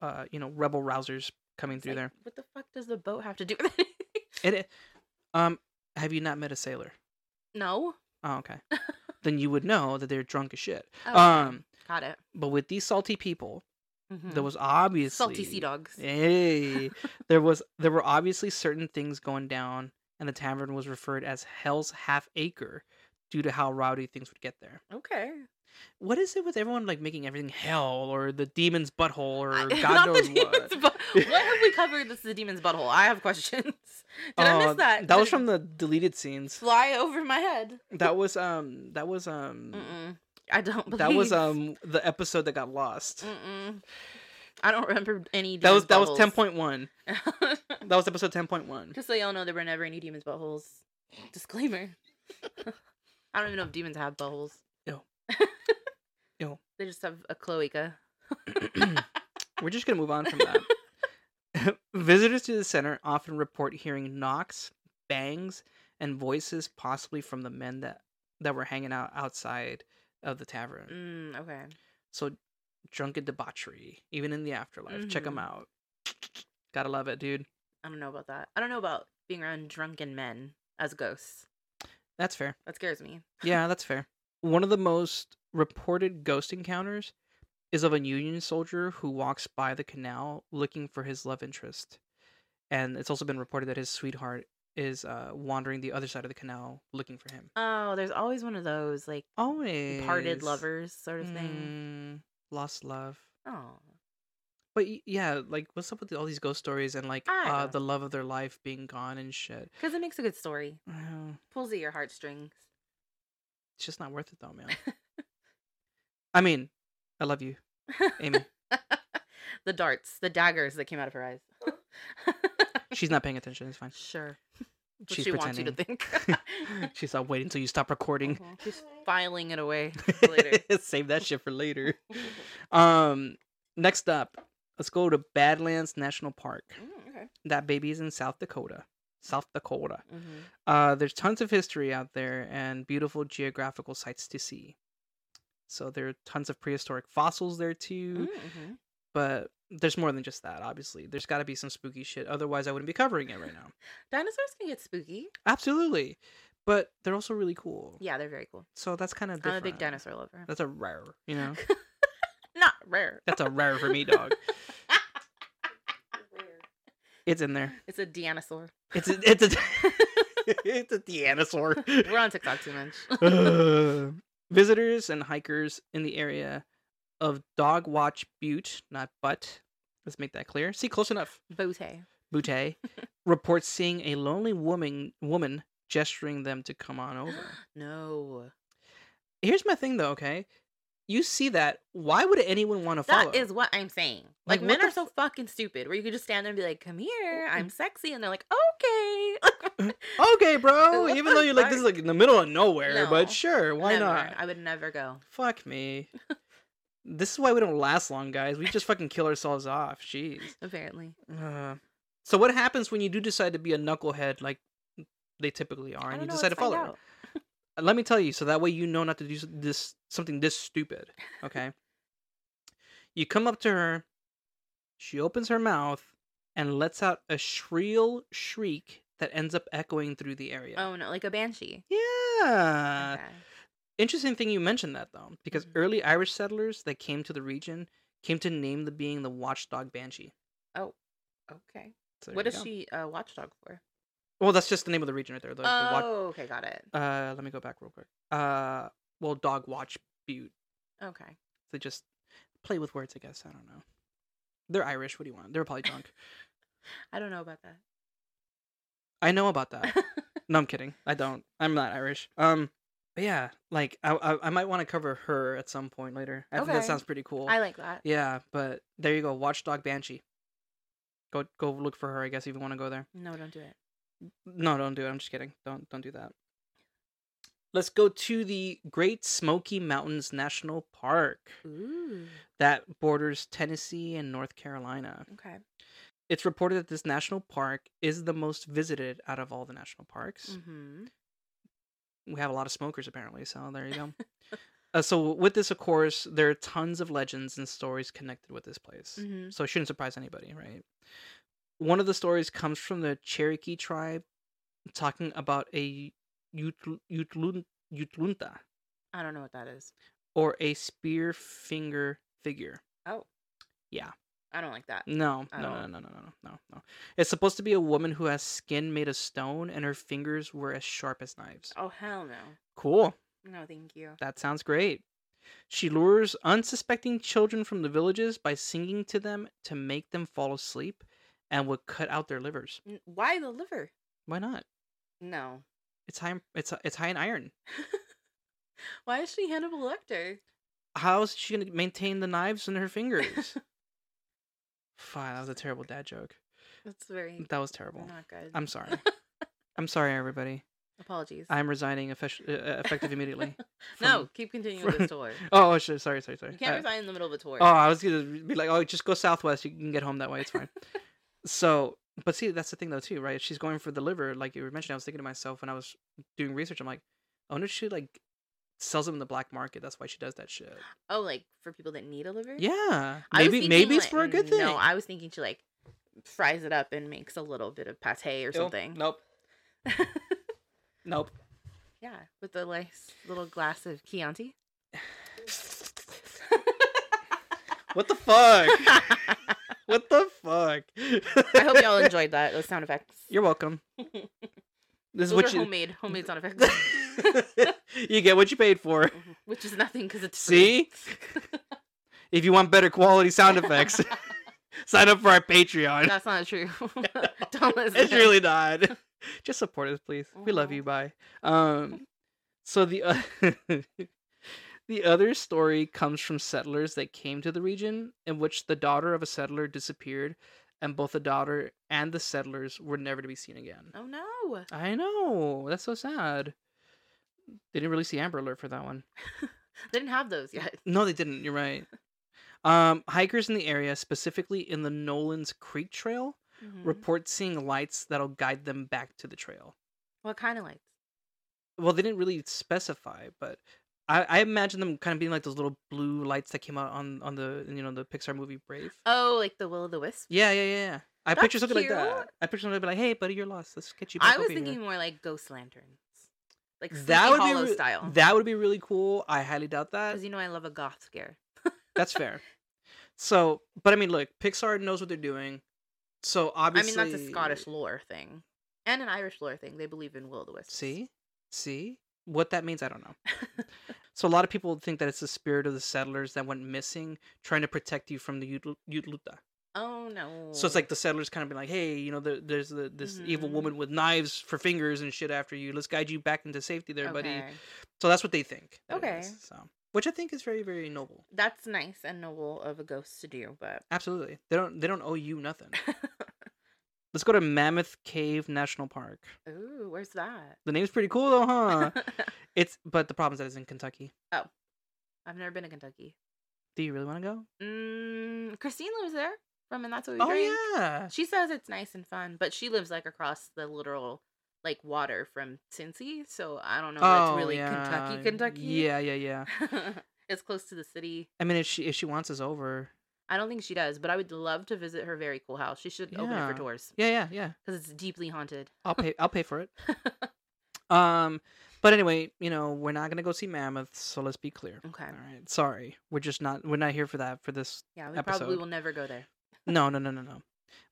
B: uh, you know, rebel rousers coming
A: It's
B: through
A: like, What the fuck does the boat have to do with it?
B: there. It, um, have you not met a sailor?
A: no.
B: Oh, okay. then you would know that they're drunk as shit.
A: Oh, okay.
B: Um,
A: got it.
B: but with these salty people,
A: Mhm.
B: there was obviously
A: salty sea dogs.
B: Hey, there was there were obviously certain things going down, and the tavern was referred as Hell's Half Acre due to how rowdy things would get there.
A: Okay.
B: What is it with everyone like making everything hell or the demon's butthole or
A: I-
B: God
A: not the
B: knows what?
A: demon's bu- what have we covered? This is the demon's butthole. I have questions. Did I
B: Uh,
A: miss that?
B: That
A: Did
B: was
A: it
B: from the deleted scenes.
A: fly over my head.
B: That was um that was um
A: Mm-mm. I don't believe
B: that was um the episode that got lost.
A: Mm-mm. I don't remember any.
B: That was
A: Mm. demon's
B: that was ten
A: buttholes.
B: point one. That was episode ten point one.
A: Just so y'all know, there were never any demons buttholes. Disclaimer. I don't even know if demons have buttholes.
B: Ew. Ew.
A: They just have a cloaca.
B: We're just gonna move on from that. Visitors to the center often report hearing knocks, bangs, and voices, possibly from the men that that were hanging out outside of the tavern.
A: Mm, okay.
B: So, drunken debauchery, even in the afterlife. Check them
A: Mhm.
B: out. Gotta love it, dude.
A: I don't know about that. I don't know about being around drunken men as ghosts.
B: That's fair.
A: That scares me.
B: Yeah, that's fair. One of the most reported ghost encounters is of a Union soldier who walks by the canal looking for his love interest. And it's also been reported that his sweetheart is uh, wandering the other side of the canal looking for him.
A: Oh, there's always one of those like
B: Always.
A: parted lovers sort of thing.
B: Mm, lost love.
A: Oh,
B: But y- yeah, like what's up with all these ghost stories and like
A: I
B: uh,
A: don't-
B: the love of their life being gone and shit?
A: because it makes a good story.
B: Uh,
A: Pulls at your heartstrings.
B: It's just not worth it though, man. I mean, I love you, Amy.
A: the darts, the daggers that came out of her eyes.
B: She's not paying attention. It's fine.
A: sure. What
B: She's
A: she wants you
B: pretending.
A: to think.
B: She's like, wait until you stop recording.
A: Mhm. She's filing it away later.
B: Save that shit for later. Um, next up, let's go to Badlands National Park.
A: Mm, okay.
B: That baby's in South Dakota. South Dakota.
A: Mhm.
B: Uh, there's tons of history out there and beautiful geographical sites to see. So there are tons of prehistoric fossils there too.
A: Mm, mhm.
B: But there's more than just that. Obviously, there's got to be some spooky shit. Otherwise, I wouldn't be covering it right now.
A: Dinosaurs can get spooky.
B: Absolutely. But they're also really cool.
A: Yeah, they're very cool.
B: So that's kind of.
A: I'm a big dinosaur lover.
B: That's a rare, you know.
A: Not rare.
B: That's a rare for me, dog.
C: Rare.
B: It's in there.
A: It's a dinosaur.
B: It's a, it's a it's a dinosaur.
A: We're on TikTok too much.
B: Ugh. Visitors and hikers in the area of Dog Watch Butte, not Butt. Let's make that clear. See, close enough.
A: Booty.
B: Butte reports seeing a lonely woman woman gesturing them to come on over.
A: No.
B: Here's my thing, though. Okay, you see that, why would anyone want to follow?
A: That is what Oh. I'm saying. Like,
B: Like, what
A: men
B: the
A: are so fucking stupid where you could just stand there and be like, come here, I'm sexy. And they're like, okay.
B: okay, bro.
A: What
B: Even
A: the
B: though you're like this is
A: fuck?
B: like in the middle of nowhere, but
A: No.
B: sure, why
A: Never.
B: not?
A: I would never go.
B: Fuck me. this is why we don't last long, guys. We just fucking kill ourselves off. Jeez.
A: Apparently.
B: Uh, so what happens when you do decide to be a knucklehead like they typically are,
A: I
B: and
A: don't
B: you
A: know,
B: decide to
A: let's
B: follow?
A: find
B: her?
A: out.
B: Uh, Let me tell you, so that way you know not to do s- this something this stupid. Okay. you come up to her. She opens her mouth and lets out a shrill shriek that ends up echoing through the area.
A: Oh no, like a banshee.
B: Yeah.
A: Okay.
B: Interesting thing you mentioned that though, because
A: Mhm.
B: early Irish settlers that came to the region came to name the being the watchdog banshee.
A: Oh, Okay.
B: So
A: What
B: there
A: is
B: you go.
A: she a watchdog for?
B: Well, that's just the name of the region right there. The, the wa-
A: oh, okay, got it.
B: uh let me go back real quick uh well dog watch butte
A: Okay.
B: they just play with words i guess i don't know they're irish what do you want they're probably drunk
A: I don't know about that.
B: i know about that no i'm kidding i don't i'm not irish um but yeah like i i, I might want to cover her at some point later i think that
A: Okay.
B: sounds pretty cool
A: I like that.
B: Oh. yeah but there you go watchdog banshee go go look for her i guess if you want to go there
A: No, don't do it.
B: No, don't do it. I'm just kidding. Don't don't do that. Let's go to the Great Smoky Mountains National Park
A: Ooh.
B: that borders Tennessee and North Carolina.
A: Okay.
B: It's reported that this national park is the most visited out of all the national parks.
A: Mm-hmm.
B: We have a lot of smokers apparently, so there you go. uh, so with this, of course, there are tons of legends and stories connected with this place.
A: Mm-hmm.
B: So it shouldn't surprise anybody, right? One of the stories comes from the Cherokee tribe talking about a Yutl- Yutlun- Yutlunta
A: I don't know what that is.
B: or a spear finger figure.
A: Oh.
B: Yeah.
A: I don't like that.
B: No,
A: I
B: no, no,
A: don't-
B: no, no, no, no, no. It's supposed to be a woman who has skin made of stone and her fingers were as sharp as knives.
A: Oh hell no.
B: Cool.
A: No, thank you.
B: That sounds great. She lures unsuspecting children from the villages by singing to them to make them fall asleep and would cut out their livers.
A: N- Why the liver?
B: Why not?
A: No.
B: It's high. In, it's it's high in iron.
A: Why is she Hannibal Lecter?
B: How is she gonna maintain the knives in her fingers? Fine, that was a terrible dad joke.
A: That's very
B: That was terrible.
A: not good.
B: I'm sorry. I'm sorry, everybody.
A: Apologies.
B: I'm resigning effe- uh, effective immediately.
A: no,
B: from-
A: keep continuing with
B: from-
A: this tour.
B: Oh, oh, sure. Sorry, sorry, sorry.
A: You can't
B: Uh,
A: resign in the middle of a tour.
B: Oh, I was gonna be like, oh, just go southwest. You can get home that way. It's fine. so, but see, that's the thing though, too, right? She's going for the liver, like you were mentioning. I was thinking to myself when I was doing research. I'm like, oh no, she like sells them in the black market. That's why she does that shit.
A: Oh, like for people that need a liver?
B: Yeah,
A: I was
B: maybe
A: thinking,
B: maybe it's
A: like- mm,
B: for a good thing.
A: No, I was thinking she like fries it up and makes a little bit of pate or something.
B: Nope. Nope.
A: yeah, with a nice little glass of Chianti.
B: What the fuck? what the fuck?
A: I hope y'all enjoyed that. Those sound effects.
B: You're welcome. This is
A: Those
B: what
A: are
B: you
A: homemade, homemade sound effects,
B: you get what you paid for.
A: which is nothing because it's
B: See?
A: free.
B: If you want better quality sound effects, sign up for our Patreon.
A: That's not true. Don't listen.
B: it's really not. Just support us, please. We love
A: Mhm.
B: you. Bye. Um, so the o- the other story comes from settlers that came to the region, in which the daughter of a settler disappeared, and both the daughter and the settlers were never to be seen again.
A: Oh no!
B: I know that's so sad. They didn't really see Amber Alert for that one.
A: They didn't have those yet.
B: No, they didn't. You're right. Um, hikers in the area, specifically in the Nolan's Creek Trail,
A: Mhm.
B: report seeing lights that'll guide them back to the trail.
A: What kind of lights?
B: Well, they didn't really specify, but I, I imagine them kind of being like those little blue lights that came out on on the you know the Pixar movie Brave.
A: Oh, like the will o' the wisp.
B: Yeah, yeah, yeah. yeah. I
A: That's
B: picture something like
A: cute.
B: that. I picture something like, "Hey, buddy, you're lost. Let's get you back
A: I was
B: over here."
A: thinking more like ghost lanterns, like Sleepy
B: that would
A: Hollow
B: be re-
A: style.
B: that would be really cool. I highly doubt that.
A: Because you know I love a goth scare.
B: That's fair. So, but I mean, look, Pixar knows what they're doing. So
A: I
B: obviously,
A: mean that's a Scottish lore thing and an Irish lore thing. They believe in will o' the wisp.
B: See, see what that means. I don't know. So a lot of people think that it's the spirit of the settlers that went missing, trying to protect you from the Yutl- Yutluta.
A: oh no.
B: So it's like the settlers kind of been like, "Hey, you know, there, there's the, this evil
A: Mhm.
B: woman with knives for fingers and shit after you. Let's guide you back into safety, there, buddy."
A: Okay.
B: So that's what they think. that it
A: Okay.
B: is, so which I think is very very noble.
A: That's nice and noble of a ghost to do, but
B: Absolutely, they don't they don't owe you nothing. Let's go to Mammoth Cave National Park.
A: ooh, where's that?
B: The name's pretty cool though, huh? it's but the problem is that it's in Kentucky.
A: I've never been to Kentucky.
B: Do you really want to go?
A: Mm, Christine lives there from and that's what we
B: Oh
A: drink.
B: yeah,
A: She says it's nice and fun, but she lives like across the literal like water from Cincy, so I don't know if
B: oh
A: it's really
B: yeah.
A: Kentucky, Kentucky.
B: Yeah, yeah, yeah.
A: it's close to the city.
B: I mean, if she if she wants us over,
A: I don't think she does, but I would love to visit her very cool house. She should open it
B: Yeah.
A: for tours
B: yeah, yeah, yeah.
A: because it's deeply haunted.
B: I'll pay. I'll pay for it. Um, but anyway, you know, we're not gonna go see mammoths, so let's be clear.
A: Okay.
B: All right, sorry, we're just not. We're not here for that. For this,
A: Yeah, we probably
B: Episode.
A: will never go there.
B: no, no, no, no, no.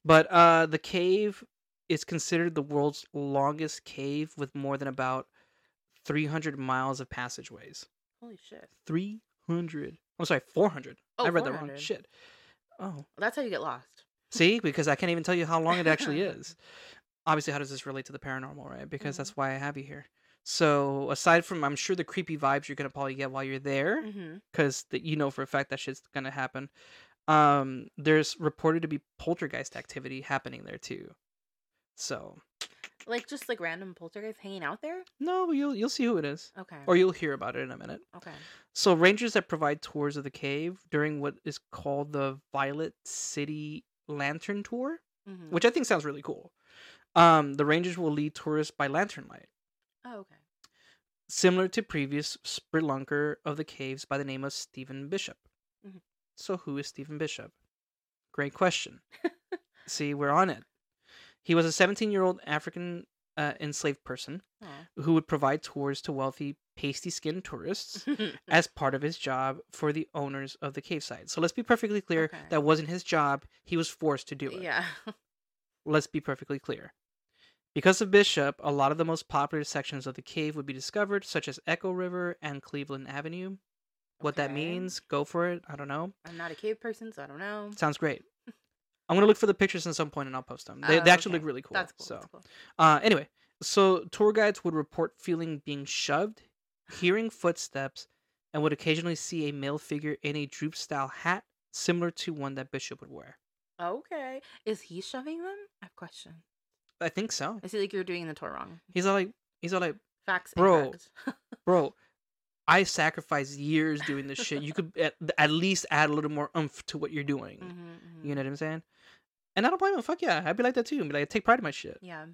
B: But uh, the cave is considered the world's longest cave with more than about three hundred miles of passageways.
A: Holy shit.
B: Three hundred. I'm sorry, four hundred.
A: Oh,
B: I read that wrong.
A: 400.
B: Shit. Oh,
A: That's how you get lost.
B: See, because I can't even tell you how long it actually is. Obviously, how does this relate to the paranormal, right? Because
A: Mhm.
B: that's why I have you here. So, aside from, I'm sure the creepy vibes you're gonna probably get while you're there,
A: Mm-hmm.
B: because you know for a fact that shit's gonna happen. Um, there's reported to be poltergeist activity happening there too. So,
A: Like just like random poltergeists hanging out there.
B: no, you'll you'll see who it is,
A: Okay.
B: or you'll hear about it in a minute.
A: okay.
B: So, rangers that provide tours of the cave during what is called the Violet City Lantern Tour.
A: hmm
B: which I think sounds really cool. Um, the Rangers will lead tourists by lantern light,
A: Oh, okay.
B: similar to previous spelunker of the caves by the name of Stephen Bishop.
A: Mhm.
B: So, who is Stephen Bishop? Great question. See, we're on it. He was a 17 year old African uh, enslaved person
A: Aw.
B: who would provide tours to wealthy, pasty skinned tourists as part of his job for the owners of the cave site. So, let's be perfectly clear
A: Okay.
B: that wasn't his job. He was forced to do it
A: yeah.
B: let's be perfectly clear. Because of Bishop, a lot of the most popular sections of the cave would be discovered, such as Echo River and Cleveland Avenue. What that
A: Okay.
B: means, go for it. I don't know.
A: I'm not a cave person, so I don't know.
B: Sounds great. I'm gonna look for the pictures at some point and I'll post them. They,
A: Oh,
B: they actually
A: okay.
B: look really cool.
A: That's cool.
B: So,
A: That's cool.
B: Uh, anyway, so tour guides would report feeling being shoved, hearing footsteps, and would occasionally see a male figure in a droop style hat similar to one that Bishop would wear.
A: Okay. Is he shoving them? I have a question.
B: I think so.
A: I see like you're doing the tour wrong.
B: He's all like, he's all like,
A: Facts.
B: Bro.
A: incorrect.
B: bro i sacrificed years doing this shit you could at, at least add a little more oomph to what you're doing
A: Mhm, mhm.
B: you know what i'm saying and i don't blame him fuck yeah i'd be like that too and be like I take pride in my shit
A: Yeah.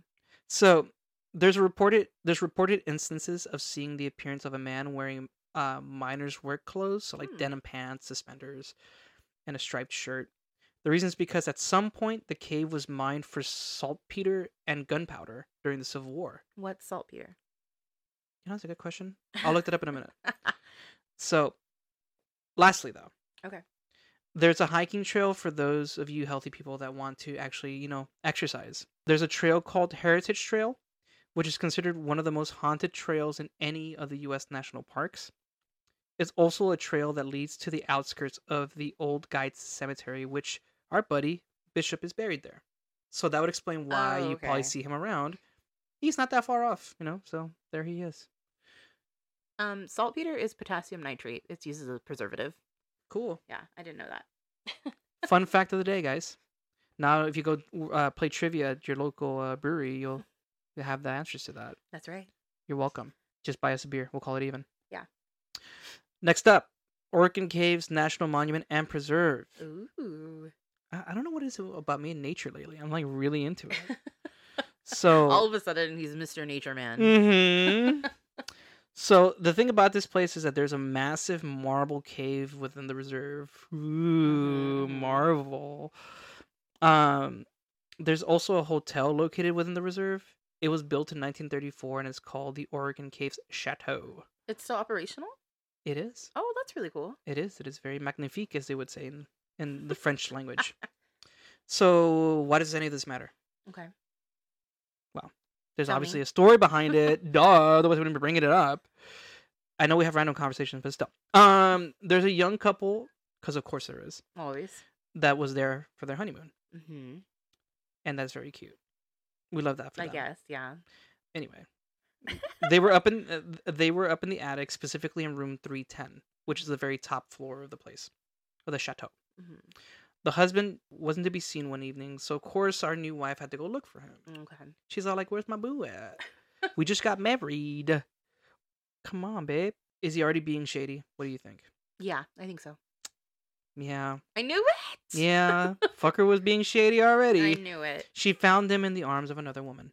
B: so there's a reported there's reported instances of seeing the appearance of a man wearing uh miner's work clothes so like
A: Hmm.
B: denim pants suspenders and a striped shirt the reason is because at some point the cave was mined for saltpeter and gunpowder during the civil war
A: What's salt here?
B: you know that's a good question i'll look that up in a minute So, lastly, though.
A: Okay.
B: There's a hiking trail for those of you healthy people that want to actually, you know, exercise. There's a trail called Heritage Trail, which is considered one of the most haunted trails in any of the U.S. national parks. It's also a trail that leads to the outskirts of the Old Guides Cemetery, which our buddy Bishop is buried there. So that would explain why
A: Oh,
B: you probably
A: okay.
B: see him around. He's not that far off, you know, so there he is.
A: Um, saltpeter is potassium nitrate. It's used as a preservative.
B: Cool.
A: Yeah, I didn't know that.
B: fun fact of the day, guys. Now, if you go uh, play trivia at your local uh, brewery, you'll you'll have the answers to that.
A: That's right.
B: You're welcome. Just buy us a beer. We'll call it even.
A: Yeah.
B: Next up, Orkin Caves National Monument and Preserve.
A: Ooh.
B: I, I don't know what it is about me and nature lately. I'm like really into it. So
A: All of a sudden, he's Mr. Nature Man.
B: hmm so the thing about this place is that there's a massive marble cave within the reserve. Ooh,
A: Mhm.
B: marvel. Um, there's also a hotel located within the reserve. It was built in 1934 and it's called the Oregon Caves Chateau.
A: It's still operational.
B: It is.
A: Oh, that's really cool.
B: It is. It is very magnifique, as they would say in, in the French language. so why does any of this matter?
A: Okay.
B: There's
A: Tell
B: obviously
A: me.
B: a story behind it. Duh. Otherwise, we wouldn't be bringing it up. I know we have random conversations, but still. Um, there's a young couple, because of course there is,
A: Always.
B: that was there for their honeymoon,
A: Mm-hmm.
B: and that's very cute. We love that for
A: I
B: them.
A: guess. Yeah.
B: Anyway, they were up in uh, they were up in the attic, specifically in room 310. which is the very top floor of the place, of the chateau.
A: Mhm.
B: The husband wasn't to be seen one evening, so of course our new wife had to go look for him.
A: Okay.
B: She's all like, "Where's my boo at? we just got married. Come on, babe. Is he already being shady? What do you think?
A: Yeah, I think so.
B: Yeah,
A: I knew it.
B: yeah. Fucker was being shady
A: I
B: already.
A: knew it.
B: She found him in the arms of another woman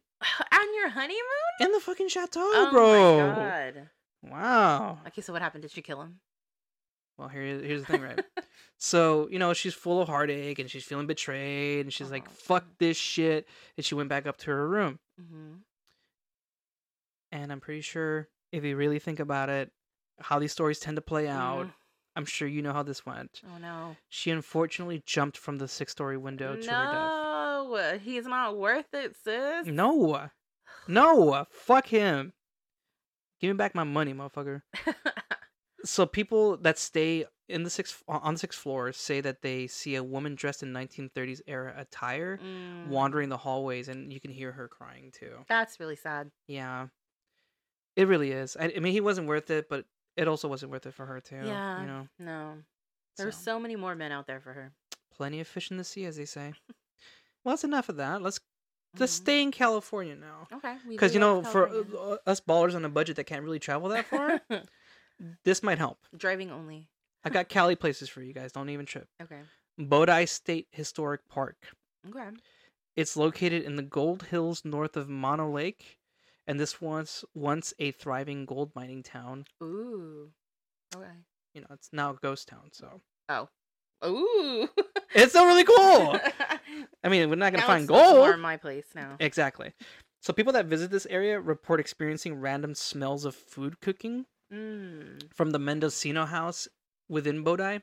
A: On your honeymoon?
B: in the fucking chateau,
A: my
B: bro.
A: God.
B: Wow.
A: Oh, Okay, so what happened? Did she kill him?
B: Well, here here's the thing, right? so you know she's full of heartache and she's feeling betrayed, and she's like,
A: Aw.
B: "Fuck this shit," and she went back up to her room.
A: hmm
B: And I'm pretty sure if you really think about it, how these stories tend to play out, I'm sure you know how this went.
A: Mm-hmm. Oh no.
B: She unfortunately jumped from the six story window to her
A: No, he's not worth it, sis.
B: death. No, no, fuck him. Give me back my money, motherfucker. So people that stay in the sixth on the sixth floor say that they see a woman dressed in 1930s era attire
A: Mm,
B: wandering the hallways, and you can hear her crying too.
A: That's really sad.
B: Yeah, it really is. I, I mean, he wasn't worth it, but it also wasn't worth it for her too.
A: Yeah.
B: you know,
A: No, there's
B: so.
A: so many more men out there for her.
B: plenty of fish in the sea, as they say. well, that's enough of that. Let's let's
A: Mhm.
B: stay in California now,
A: Okay. we
B: because
A: do
B: you know,
A: love
B: for
A: California.
B: uh, us ballers on a budget that can't really travel that far, this might help.
A: driving only.
B: I got Cali places for you guys. Don't even trip.
A: Okay.
B: Bodai State Historic Park.
A: Okay.
B: It's located in the Gold Hills north of Mono Lake, and this was once a thriving gold mining town.
A: Ooh. Okay.
B: You know, it's now a ghost town, so
A: Ooh.
B: it's still really cool. I mean, we're not gonna find gold.
A: my place now.
B: Exactly. So people that visit this area report experiencing random smells of food cooking
A: Mm.
B: from the Mendocino house within Bodai.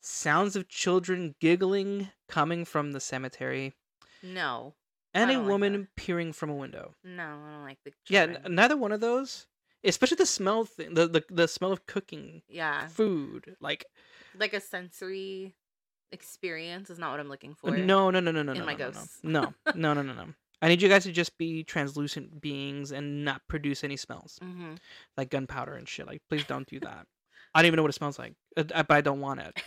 B: Sounds of children giggling coming from the cemetery,
A: No.
B: and
A: I
B: a
A: don't like
B: woman
A: that.
B: peering from a window.
A: No, I don't like the.
B: Yeah,
A: children.
B: n- neither one of those, especially the smell thing, the, the the smell of cooking
A: yeah.
B: food. Like
A: Like a sensory experience is not what I'm looking for.
B: no, no, no, no, no, no,
A: my
B: no, no, no.
A: ghosts.
B: No, no, no, no, no. I need you guys to just be translucent beings and not produce any smells
A: Mm-hmm.
B: like gunpowder and shit. Like, please don't do that. I don't even know what it smells like, uh, uh, but I don't want it.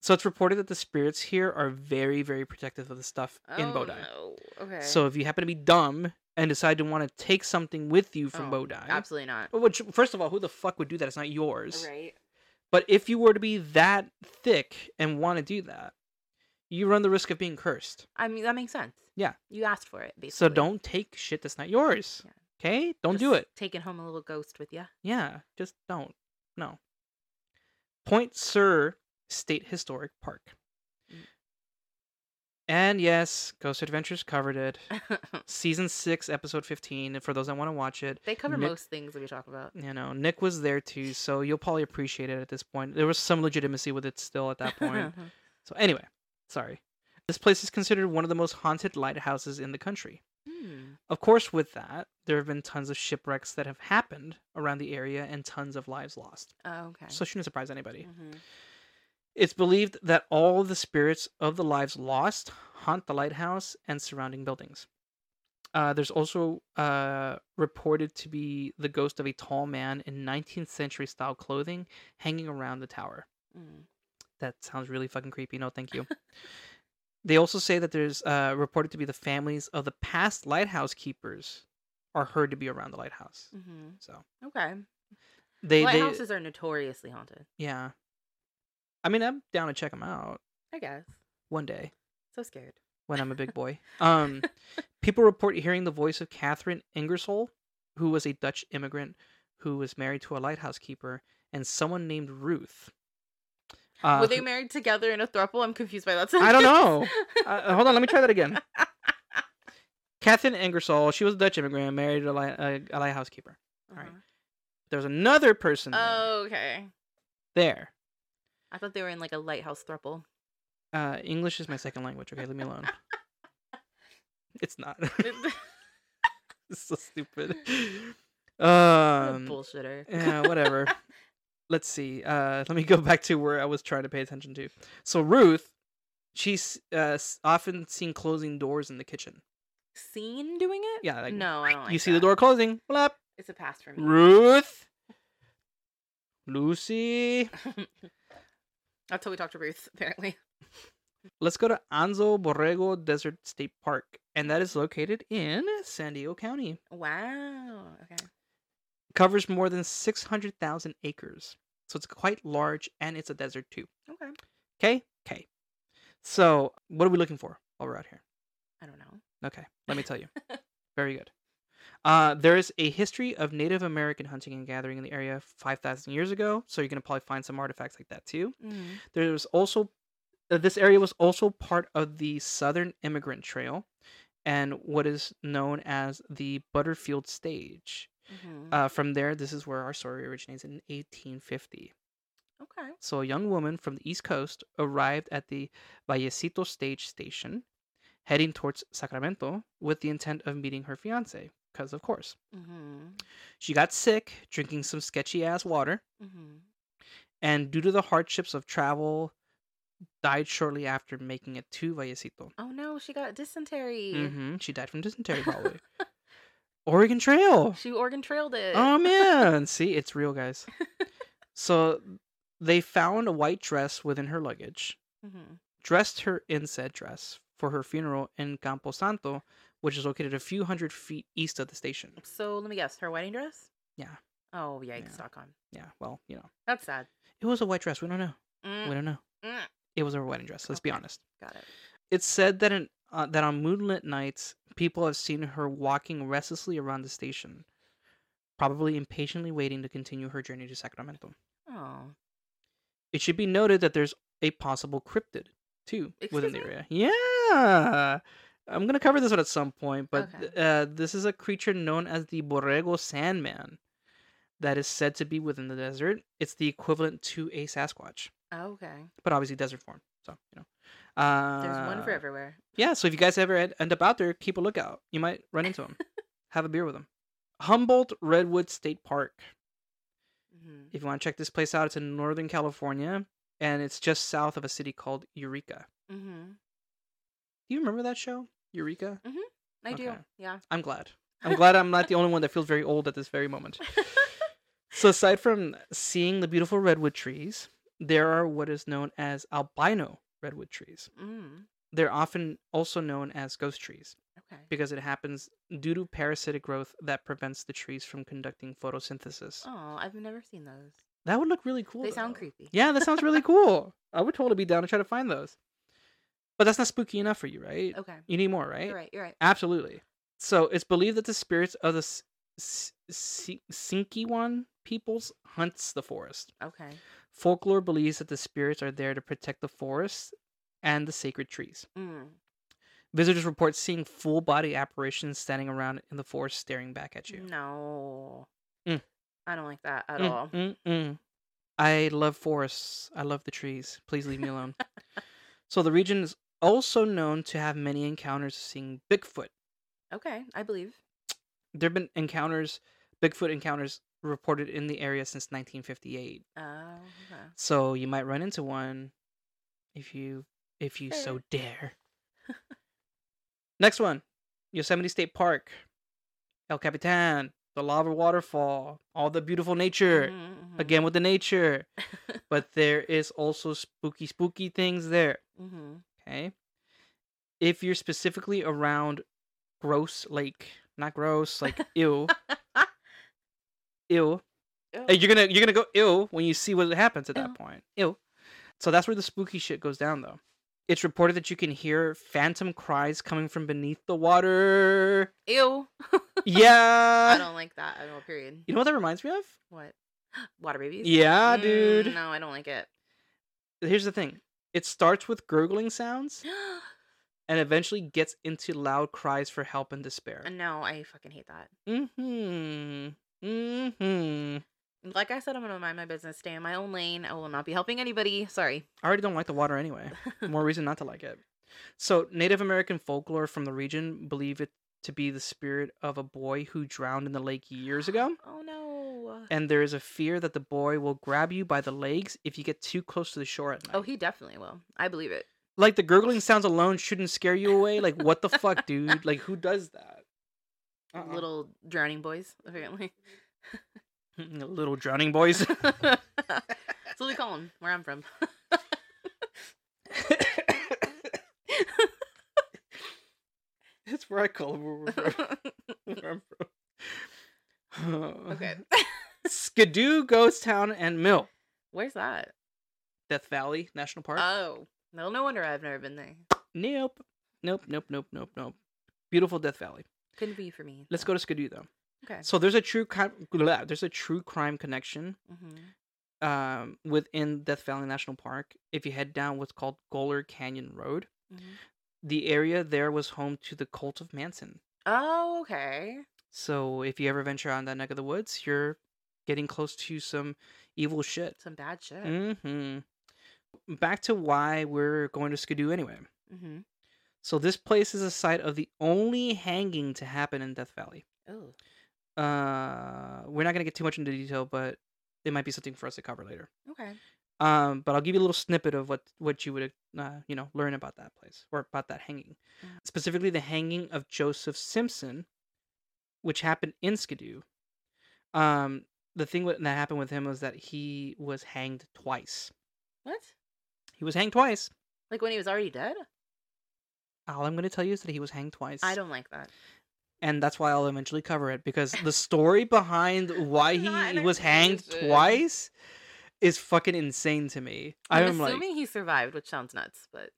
B: So it's reported that the spirits here are very, very protective of the stuff in Bodai.
A: Oh, No. Okay.
B: So if you happen to be dumb and decide to want to take something with you from
A: Oh,
B: Bodai,
A: absolutely not.
B: which first of all, who the fuck would do that? It's not yours.
A: Right.
B: But if you were to be that thick and want to do that, you run the risk of being cursed.
A: I mean that makes sense.
B: Yeah.
A: You asked for it, basically.
B: So don't take shit that's not yours.
A: Yeah.
B: Okay? Don't do
A: Just
B: it.
A: Taking home a little ghost with you.
B: Yeah, just don't. No. Point Sur State Historic Park.
A: Mm.
B: And yes, Ghost Adventures covered it.
A: Uh.
B: Season 6, episode 15. For those that want to watch it,
A: they cover
B: Nick-
A: most things that we talk about.
B: you know, Nick was there too, so you'll probably appreciate it at this point. There was some legitimacy with it still at that point. So anyway, sorry. This place is considered one of the most haunted lighthouses in the country.
A: hmm.
B: Of course, with that, there have been tons of shipwrecks that have happened around the area and tons of lives lost.
A: Oh, okay.
B: So it shouldn't surprise anybody.
A: Mhm.
B: It's believed that all the spirits of the lives lost haunt the lighthouse and surrounding buildings. Uh, there's also uh, reported to be the ghost of a tall man in 19th century style clothing hanging around the tower.
A: Mm.
B: That sounds really fucking creepy. No, thank you. they also say that there's uh, reported to be the families of the past lighthouse keepers are heard to be around the lighthouse.
A: Mhm.
B: So
A: Okay.
B: they,
A: Lighthouses are notoriously haunted.
B: they yeah. I mean, I'm down to check them out
A: I guess.
B: one day
A: So scared.
B: when I'm a big boy. Um, people report hearing the voice of Catherine Ingersoll, who was a Dutch immigrant who was married to a lighthouse keeper, and someone named Ruth. Uh,
A: Were they
B: who-
A: married together in a throuple? I'm confused by that.
B: I don't know.
A: sentence.
B: uh, hold on, let me try that again. Catherine Ingersoll, she was a Dutch immigrant, married a, light, a, a lighthouse keeper. All right.
A: Uh-huh.
B: There's another person there-
A: Oh, okay.
B: there.
A: I thought they were in like a lighthouse throuple.
B: Uh, English is my second language. Okay, leave me alone. it's not. it's so stupid.
A: Oh,
B: Um,
A: bullshitter.
B: yeah, whatever. Let's see. Uh, let me go back to where I was trying to pay attention to. So Ruth, she's uh, s- often seen closing doors in the kitchen.
A: Seen doing it?
B: Yeah, like
A: no, I don't like
B: you see the
A: that.
B: door closing. Blap.
A: It's a pass for me.
B: Ruth. Lucy.
A: That's how we talk to Ruth, apparently.
B: Let's go to Anzo Borrego Desert State Park, and that is located in San Diego County.
A: Wow. Okay.
B: Covers more than 600,000 acres. So it's quite large and it's a desert too.
A: Okay.
B: Okay? Okay. So, what are we looking for while we're out here?
A: I don't know.
B: Okay, let me tell you. Very good. Uh, there is a history of Native American hunting and gathering in the area 5,000 years ago, so you're going to probably find some artifacts like that too.
A: Mm.
B: There was also, uh, this area was also part of the Southern Immigrant Trail and what is known as the Butterfield Stage.
A: mhm.
B: Uh, from there, this is where our story originates in 1850.
A: okay.
B: So a young woman from the East Coast arrived at the Vallecito Stage Station, heading towards Sacramento with the intent of meeting her fiance, because of course.
A: Mm-hmm.
B: She got sick drinking some sketchy ass water,
A: Mm-hmm.
B: and due to the hardships of travel, died shortly after making it to Vallecito.
A: Oh no, she got dysentery.
B: hmm She died from dysentery, probably. Oregon Trail.
A: She Oregon trailed it.
B: Oh man, see, it's real, guys. So they found a white dress within her luggage.
A: Mhm.
B: dressed her in said dress for her funeral in Campo Santo, which is located a few hundred feet east of the station.
A: So let me guess, her wedding dress?
B: Yeah.
A: Oh yikes,
B: Yeah.
A: sock on.
B: Yeah, well, you know,
A: That's sad.
B: it was a white dress. We don't know.
A: Mm,
B: We don't know.
A: mm.
B: It was her wedding dress. Let's be
A: Okay.
B: honest.
A: Got it.
B: It's said that in, uh, that on moonlit nights, people have seen her walking restlessly around the station, probably impatiently waiting to continue her journey to Sacramento.
A: Oh.
B: It should be noted that there's a possible cryptid too within the
A: Excuse
B: area. Yeah. I'm gonna cover this one at some point, but
A: Okay.
B: uh, this is a creature known as the Borrego Sandman that is said to be within the desert. It's the equivalent to a Sasquatch,
A: Okay.
B: but obviously desert form. So you know, uh,
A: There's one for everywhere.
B: Yeah, so if you guys ever e, end- end up out there, keep a lookout. You might run into them. Have a beer with them. Humboldt Redwood State Park.
A: Mm-hmm.
B: If you want to check this place out, it's in Northern California, and it's just south of a city called Eureka.
A: Mm-hmm.
B: Do you remember that show, Eureka?
A: I do.
B: Okay.
A: Yeah.
B: I'm glad. I'm glad I'm not the only one that feels very old at this very moment. So, aside from seeing the beautiful redwood trees, there are what is known as albino redwood trees.
A: mm.
B: They're often also known as ghost trees
A: Okay.
B: because it happens due to parasitic growth that prevents the trees from conducting photosynthesis.
A: Oh, I've never seen those.
B: That would look really cool.
A: they sound
B: though.
A: creepy.
B: Yeah, that sounds really cool. I would totally be down to try to find those. But that's not spooky enough for you, right?
A: Okay.
B: You need more, right?
A: You're right. You're right.
B: Absolutely. So it's believed that the spirits of the S- S- Si- Sinkiwan peoples hunts the forest.
A: Okay.
B: Folklore believes that the spirits are there to protect the forest and the sacred trees.
A: Mm.
B: Visitors report seeing full body apparitions standing around in the forest staring back at you.
A: No.
B: Mm.
A: I don't like that at
B: Mm,
A: all.
B: mm, mm. I love forests. I love the trees. Please leave me alone. so the region is also known to have many encounters seeing Bigfoot.
A: Okay, I believe.
B: There have been encounters, Bigfoot encounters reported in the area since 1958.
A: Oh, okay.
B: So you might run into one if you if you so
A: Fair.
B: dare. Next one, Yosemite State Park, El Capitan, the lava waterfall, all the beautiful nature.
A: Mhm, mhm.
B: Again with the nature, but there is also spooky spooky things there.
A: Mhm.
B: Okay. If you're specifically around gross lake, not gross, like ew, ew.
A: Ew.
B: Uh, You're gonna you're gonna go ew when you see what happens at
A: Ew.
B: that point. Ew. So that's where the spooky shit goes down though. It's reported that you can hear phantom cries coming from beneath the water.
A: Ew. I
B: Yeah.
A: don't like that at all, period.
B: You know what that reminds me of?
A: What? Water babies?
B: Yeah,
A: Mm,
B: dude.
A: No, I don't like it.
B: Here's the thing. It starts with gurgling sounds
A: Uh,
B: and eventually gets into loud cries for help and despair.
A: no, I fucking hate that.
B: Mhm. Mhm.
A: Like I said, I'm gonna mind my business, stay in my own lane. I will not be helping anybody. Sorry.
B: I already don't like the water anyway. More reason not to like it. So, Native American folklore from the region believe it to be the spirit of a boy who drowned in the lake years ago,
A: Oh no.
B: and there is a fear that the boy will grab you by the legs if you get too close to the shore at night.
A: Oh, he definitely will. I believe it.
B: like the gurgling sounds alone shouldn't scare you away. Like what the fuck, dude? Like who does that? Uh-uh.
A: Little drowning boys, apparently.
B: Little drowning boys.
A: That's what we call them where I'm from.
B: That's where I call them. Where, we're from- where I'm from.
A: okay.
B: Skidoo, Ghost Town, and Mill.
A: Where's that?
B: Death Valley National Park.
A: Oh. No, no wonder I've never been there.
B: nope. Nope. Nope. Nope. Nope. Nope. Beautiful Death Valley.
A: Couldn't be for me.
B: Let's go to Skidoo though.
A: Okay.
B: So there's a true crime. blah, There's a true crime connection
A: hmm
B: um, within Death Valley National Park. If you head down what's called Goler Canyon Road,
A: Mhm.
B: the area there was home to the cult of Manson.
A: Oh, okay.
B: So if you ever venture out in that neck of the woods, you're getting close to some evil shit.
A: Some bad shit.
B: hmm Back to why we're going to Skidoo anyway.
A: Mm-hmm.
B: So this place is a site of the only hanging to happen in Death Valley.
A: Oh.
B: Uh, we're not gonna get too much into detail, but it might be something for us to cover later.
A: Okay.
B: Um, but I'll give you a little snippet of what what you would uh, you know learn about that place or about that hanging,
A: Mhm.
B: specifically the hanging of Joseph Simpson, which happened in Skidoo. Um, the thing what- that happened with him was that he was hanged twice.
A: What?
B: He was hanged twice.
A: Like when he was already dead?
B: All I'm gonna tell you is that he was hanged twice.
A: I don't like that.
B: and that's why I'll eventually cover it because the story behind why
A: I'm not
B: he was
A: entertained
B: hanged
A: with it.
B: twice is fucking insane to me.
A: I'm
B: I'm like,
A: assuming he survived, which sounds nuts, but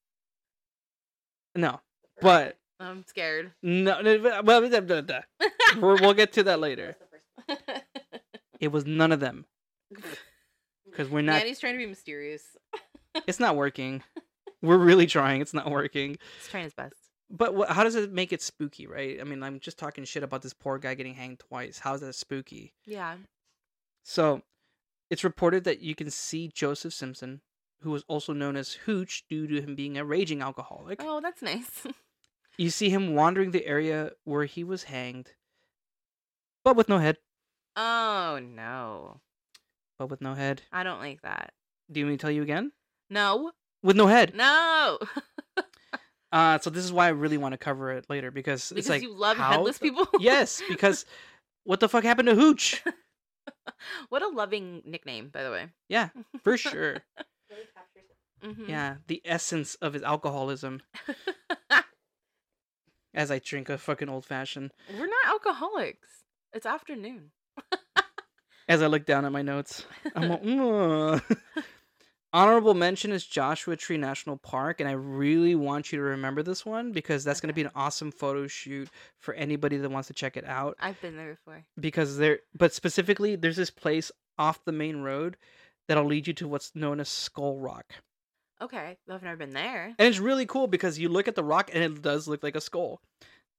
B: no, but
A: I'm scared.
B: no, no, but- well, blah, blah, blah. We're- we'll get to that later. It was none of them because we're not.
A: Natty's trying to be mysterious.
B: It's not working. We're really trying. It's not working.
A: He's trying his best.
B: But wha how does it make it spooky, right? I mean, I'm just talking shit about this poor guy getting hanged twice. How is that spooky?
A: Yeah.
B: So it's reported that you can see Joseph Simpson, who was also known as Hooch due to him being a raging alcoholic.
A: Oh, that's nice.
B: You see him wandering the area where he was hanged, but with no head.
A: oh no.
B: But with no head.
A: I don't like that.
B: Do you want me to tell you again?
A: No.
B: With no head.
A: No.
B: Uh, so this is why I really want to cover it later because,
A: because
B: it's like
A: you love
B: how
A: headless
B: the-
A: people.
B: yes, because what the fuck happened to Hooch?
A: what a loving nickname, by the way.
B: Yeah, for sure.
A: Mm-hmm.
C: Really captures it.
A: Mhm.
B: Yeah, the essence of his alcoholism as I drink a fucking old fashioned.
A: We're not alcoholics. It's afternoon.
B: As I look down at my notes. I'm all, "Mm." Honorable mention is Joshua Tree National Park, and I really want you to remember this one because that's going to be
A: Okay.
B: an awesome photo shoot for anybody that wants to check it out.
A: I've been there before.
B: Because there, but specifically, there's this place off the main road that'll lead you to what's known as Skull Rock,
A: Okay. I've never been there.
B: and it's really cool because you look at the rock and it does look like a skull.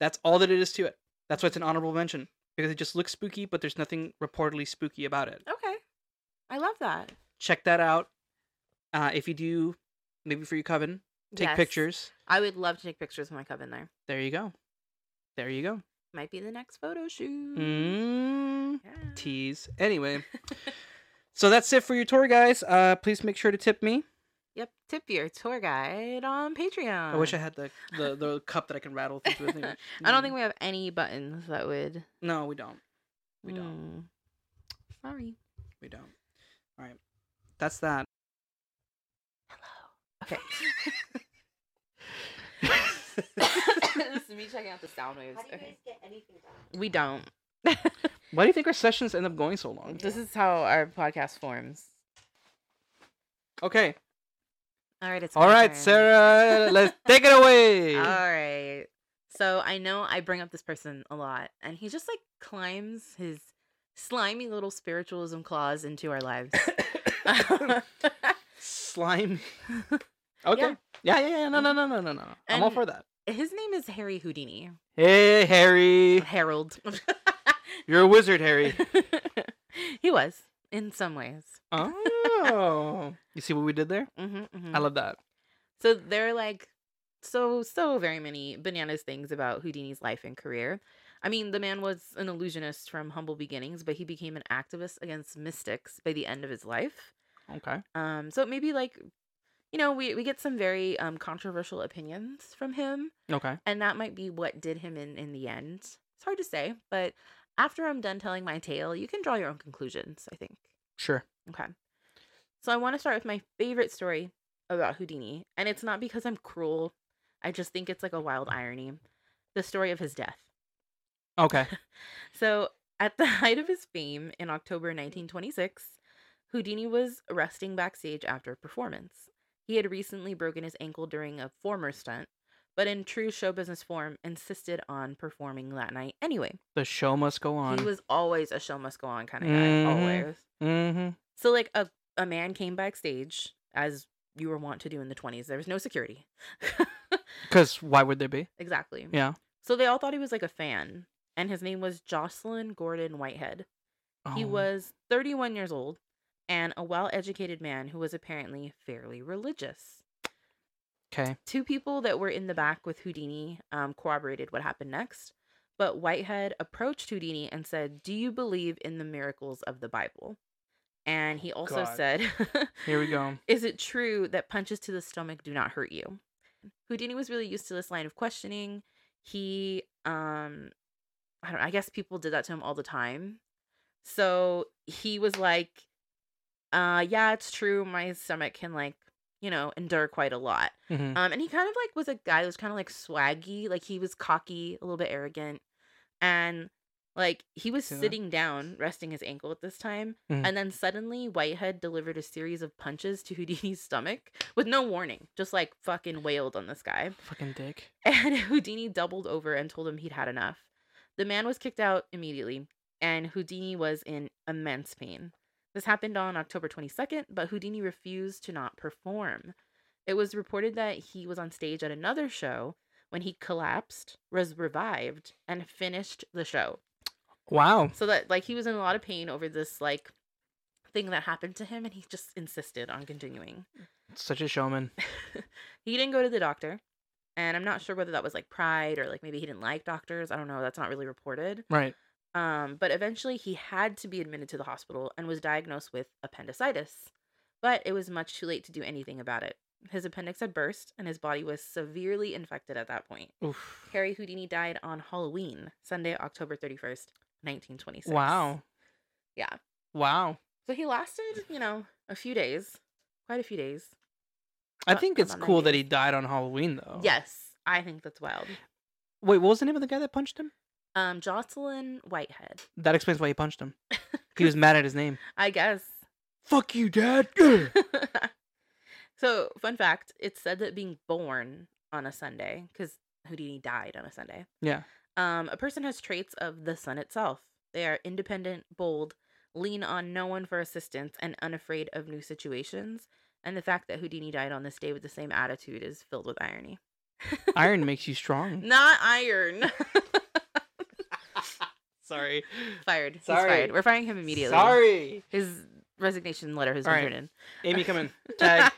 B: That's all that it is to it. That's why it's an honorable mention because it just looks spooky, but there's nothing reportedly spooky about it.
A: Okay. I love that.
B: check that out. Uh, if you do, maybe for your coven, take
A: Yes.
B: pictures.
A: I would love to take pictures of my coven there.
B: There you go. There you go.
A: Might be the next photo shoot.
B: Mm,
A: Yeah.
B: tease. Anyway, so that's it for your tour, guys. Uh, please make sure to tip me.
A: Yep. Tip your tour guide on Patreon.
B: I wish I had the, the the cup that I can rattle things with. I
A: I don't think we have any buttons that would.
B: No, we don't. We don't.
A: Mm. Sorry.
B: We don't. All right. That's that.
A: Okay. this is me checking out the sound waves.
C: How do you
A: Okay.
C: guys get anything done?
A: We don't.
B: Why do you think our sessions end up going so long?
A: This is how our podcast forms.
B: Okay.
A: All right. It's
B: All
A: my
B: right,
A: turn. Uh,
B: Sarah. Let's take it away.
A: All right. So I know I bring up this person a lot, and he just like climbs his slimy little spiritualism claws into our lives. Um,
B: Slime. Okay. Yeah, yeah, yeah. No, no, no, no, no, no. I'm all
A: And-
B: for that.
A: His name is Harry Houdini.
B: Hey, Harry.
A: Harold.
B: You're a wizard, Harry.
A: he was in some ways.
B: oh. Mm. You see what we did there?
A: hmm hmm
B: I love that.
A: So there are like so so very many bananas things about Houdini's life and career. I mean, the man was an illusionist from humble beginnings, but he became an activist against mystics by the end of his life.
B: Okay.
A: Um, so maybe like, you know, we we get some very um controversial opinions from him,
B: Okay.
A: and that might be what did him in in the end. It's hard to say, but after I'm done telling my tale, you can draw your own conclusions, I think.
B: Sure.
A: Okay. So I want to start with my favorite story about Houdini, and it's not because I'm cruel. I just think it's like a wild irony. The story of his death.
B: Okay.
A: So, at the height of his fame in October 1926, Houdini was resting backstage after a performance. He had recently broken his ankle during a former stunt, but in true show business form, insisted on performing that night anyway.
B: The show must go on.
A: He was always a show must go on kind of
B: Mhm.
A: guy, always.
B: mm-hmm.
A: So, like, a, a man came backstage, as you were wont to do in the 20s. There was no security.
B: Because why would there be?
A: exactly.
B: Yeah.
A: So, they all thought he was like a fan, and his name was Jocelyn Gordon Whitehead. He
B: Oh,
A: was 31 years old and a well educated man who was apparently fairly religious.
B: okay.
A: Two people that were in the back with Houdini um, corroborated what happened next, but Whitehead approached Houdini and said, Do you believe in the miracles of the Bible? And he also
B: Oh, God.
A: said,
B: Here we go.
A: Is it true that punches to the stomach do not hurt you? Houdini was really used to this line of questioning. He um I don't I guess people did that to him all the time. So he was like uh yeah, it's true my stomach can like, you know, endure quite a lot.
B: hmm
A: Um, and he kind of like was a guy that was kind of like swaggy, like he was cocky, a little bit arrogant, and like he was
B: See that?
A: sitting down, resting his ankle at this time,
B: Mhm.
A: and then suddenly Whitehead delivered a series of punches to Houdini's stomach with no warning, just like fucking wailed on this guy.
B: Fucking dick.
A: And Houdini doubled over and told him he'd had enough. The man was kicked out immediately, and Houdini was in immense pain. This happened on October 22nd, but Houdini refused to not perform. It was reported that he was on stage at another show when he collapsed, was revived, and finished the show.
B: Wow.
A: So that like he was in a lot of pain over this like thing that happened to him and he just insisted on continuing.
B: Such a showman.
A: he didn't go to the doctor and i'm not sure whether that was like pride or like maybe he didn't like doctors i don't know that's not really reported
B: Right.
A: um, but eventually he had to be admitted to the hospital and was diagnosed with appendicitis but it was much too late to do anything about it his appendix had burst and his body was severely infected at that point
B: Oof.
A: harry houdini died on halloween sunday october 31st 1926
B: Wow.
A: Yeah.
B: Wow.
A: so he lasted you know a few days quite a few days
B: I
A: Not-
B: think
A: not
B: it's
A: on my
B: cool that
A: days.
B: he died on Halloween though.
A: yes i think that's wild
B: Wait, what was the name of the guy that punched him?
A: um jocelyn whitehead
B: That explains why he punched him. He was mad at his name.
A: I guess.
B: Fuck you, Dad.
A: so, fun fact it's said that being born on a Sunday, because Houdini died on a Sunday,
B: yeah.
A: um, a person has traits of the sun itself. They are independent, bold, lean on no one for assistance, and unafraid of new situations. And the fact that Houdini died on this day with the same attitude is filled with irony.
B: Iron makes you strong.
A: Not iron.
B: Sorry.
A: fired. He's
B: Sorry.
A: fired. We're firing him immediately.
B: Sorry.
A: His resignation letter has
B: All
A: been
B: right.
A: written.
B: Amy, come in. Tag.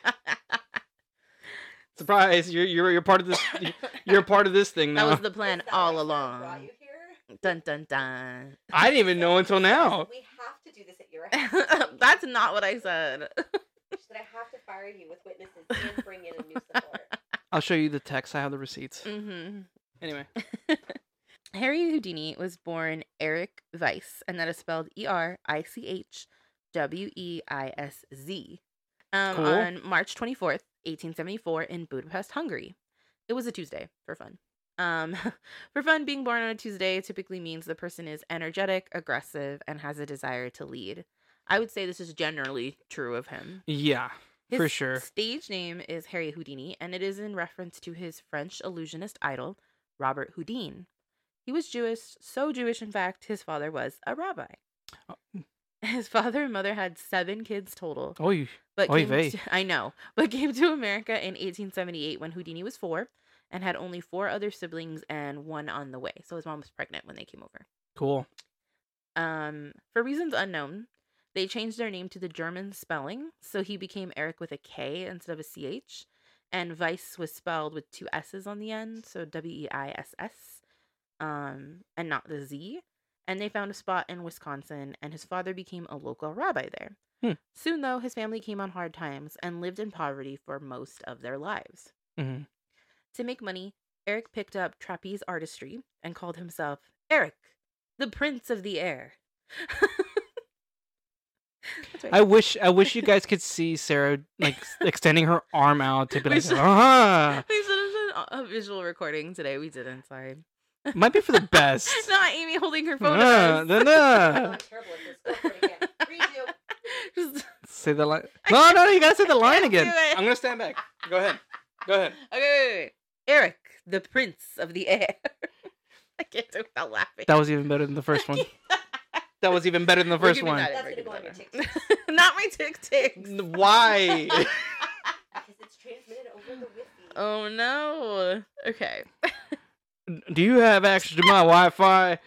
B: Surprise. You're you're you're part of this. You're part of this thing
A: That
B: now.
A: was the plan
C: Is that
A: all
C: what Brought
A: along.
C: you here?
A: Dun dun dun.
B: I didn't even know until now.
C: We have to do this at your house.
A: That's not what I said.
C: She said, I have to fire you with witnesses and bring in a new support.
B: I'll show you the text. I have the receipts.
A: hmm
B: Anyway.
A: Harry Houdini was born Eric Weiss, and that is spelled E R I C H W E I S Z, um,
B: Cool.
A: on March 24th, 1874, in Budapest, Hungary. It was a Tuesday for fun. Um, for fun, being born on a Tuesday typically means the person is energetic, aggressive, and has a desire to lead. I would say this is generally true of him.
B: Yeah. For sure.
A: Stage name is Harry Houdini, and it is in reference to his French illusionist idol, Robert Houdin. He was Jewish, so Jewish, in fact, his father was a rabbi.
B: Oh.
A: His father and mother had seven kids total,
B: Oh, you.
A: but
B: oy
A: came
B: vey.
A: to, I know, but came to America in 1878 when Houdini was four, and had only four other siblings and one on the way. So his mom was pregnant when they came over.
B: Cool.
A: Um, for reasons unknown, they changed their name to the German spelling, so he became Eric with a K instead of a CH, and Weiss was spelled with two S's on the end, so W E I S S, um, and not the Z. And they found a spot in Wisconsin, and his father became a local rabbi there.
B: Hmm.
A: Soon, though, his family came on hard times and lived in poverty for most of their lives.
B: hmm
A: Mm-hmm. To make money, Eric picked up trapeze artistry and called himself Eric, the prince of the air. That's right.
B: I wish I wish you guys could see Sarah like s- extending her arm out to be
A: We
B: like,
A: should-
B: ah,
A: we should have done a a visual recording today. We didn't. Sorry.
B: might be for the best.
A: It's not Amy holding her phone.
B: Ah,
A: at
B: no,
C: I'm
B: no.
C: like terrible at this. Go for it again. Redo.
A: us. Just-
B: Say the line. No, no, you gotta say the line
A: can't
B: again.
A: do it.
B: I'm gonna stand back. Go ahead. Go ahead.
A: Okay, wait, wait, wait. Eric, the prince of the air. I can't do it without laughing.
B: That was even better than the first one. That was even better than the
A: We're
B: first
A: giving
B: one.
A: that
C: That's
A: We're
C: gonna go on
A: giving
C: your
A: that
C: TikTok
A: Not my tic tacs.
B: N- Why?
C: because it's transmitted over the Wi-Fi.
A: Oh no. Okay.
B: Do you have access to my Wi-Fi?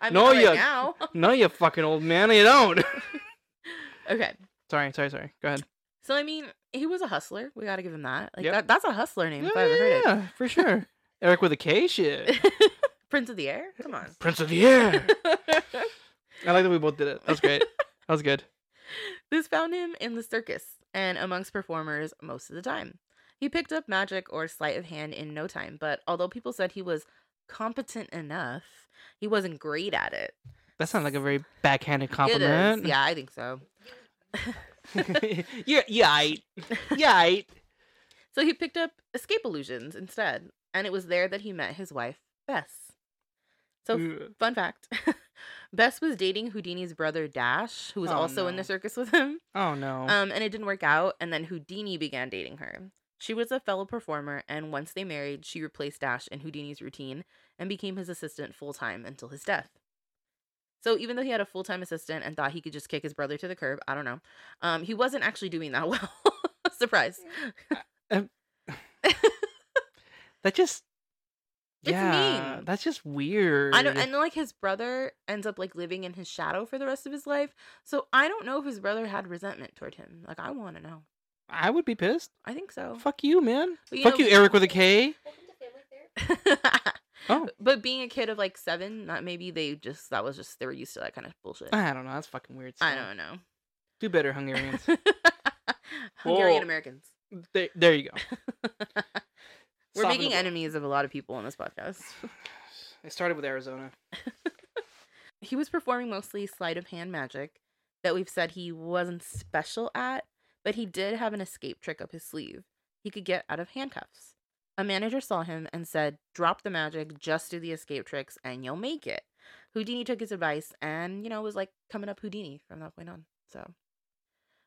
A: I'm
B: No,
A: no, right
B: you-
A: now.
B: No, you fucking old man. You don't.
A: Okay.
B: sorry, sorry, sorry. Go ahead.
A: So I mean, he was a hustler. We gotta give him that. Like
B: Yep.
A: that, that's a hustler name if I
B: Yeah,
A: ever heard
B: yeah, for sure. Eric with a K, shit.
A: it. Prince of the air? Come on.
B: Prince of the Air. I like that we both did it. That was great. That was good.
A: this found him in the circus and amongst performers most of the time. He picked up magic or sleight of hand in no time, but although people said he was competent enough, he wasn't great at it.
B: That sounds like a very backhanded
A: It is-
B: compliment.
A: Yeah, I think so.
B: yeah. You're yite. Yite.
A: So he picked up escape illusions instead, and it was there that he met his wife, Bess. So Fun fact Bess was dating Houdini's brother Dash, who was
B: Oh,
A: also in the
B: no.
A: circus with him.
B: oh no.
A: Um, and it didn't work out. And then Houdini began dating her. She was a fellow performer, and once they married, she replaced Dash in Houdini's routine and became his assistant full time until his death. So even though he had a full time assistant and thought he could just kick his brother to the curb, I don't know. Um, he wasn't actually doing that well. Surprise.
B: that just.
A: It's
B: Yeah,
A: mean.
B: that's just weird.
A: I don't and like his brother ends up like living in his shadow for the rest of his life. So I don't know if his brother had resentment toward him. Like I want to know.
B: I would be pissed.
A: I think so.
B: Fuck you, man.
A: But, Oh. you
B: Fuck
A: know-
B: you, Eric with a K.
C: Welcome to family therapy.
B: Oh,
A: but being a kid of like 7, not maybe they just that was just they were used to that kind of bullshit.
B: I don't know. That's fucking weird.
A: I
B: still.
A: don't know.
B: Do better, Hungarians.
A: Hungarian
B: Whoa.
A: Americans.
B: there, there you go.
A: We're
B: Soften
A: making
B: the blow.
A: enemies of a lot of people on this podcast.
B: It started with Arizona.
A: he was performing mostly sleight of hand magic that we've said he wasn't special at, but he did have an escape trick up his sleeve. He could get out of handcuffs. A manager saw him and said, Drop the magic, just do the escape tricks, and you'll make it. Houdini took his advice and, you know, was like coming up Houdini from that point on. So,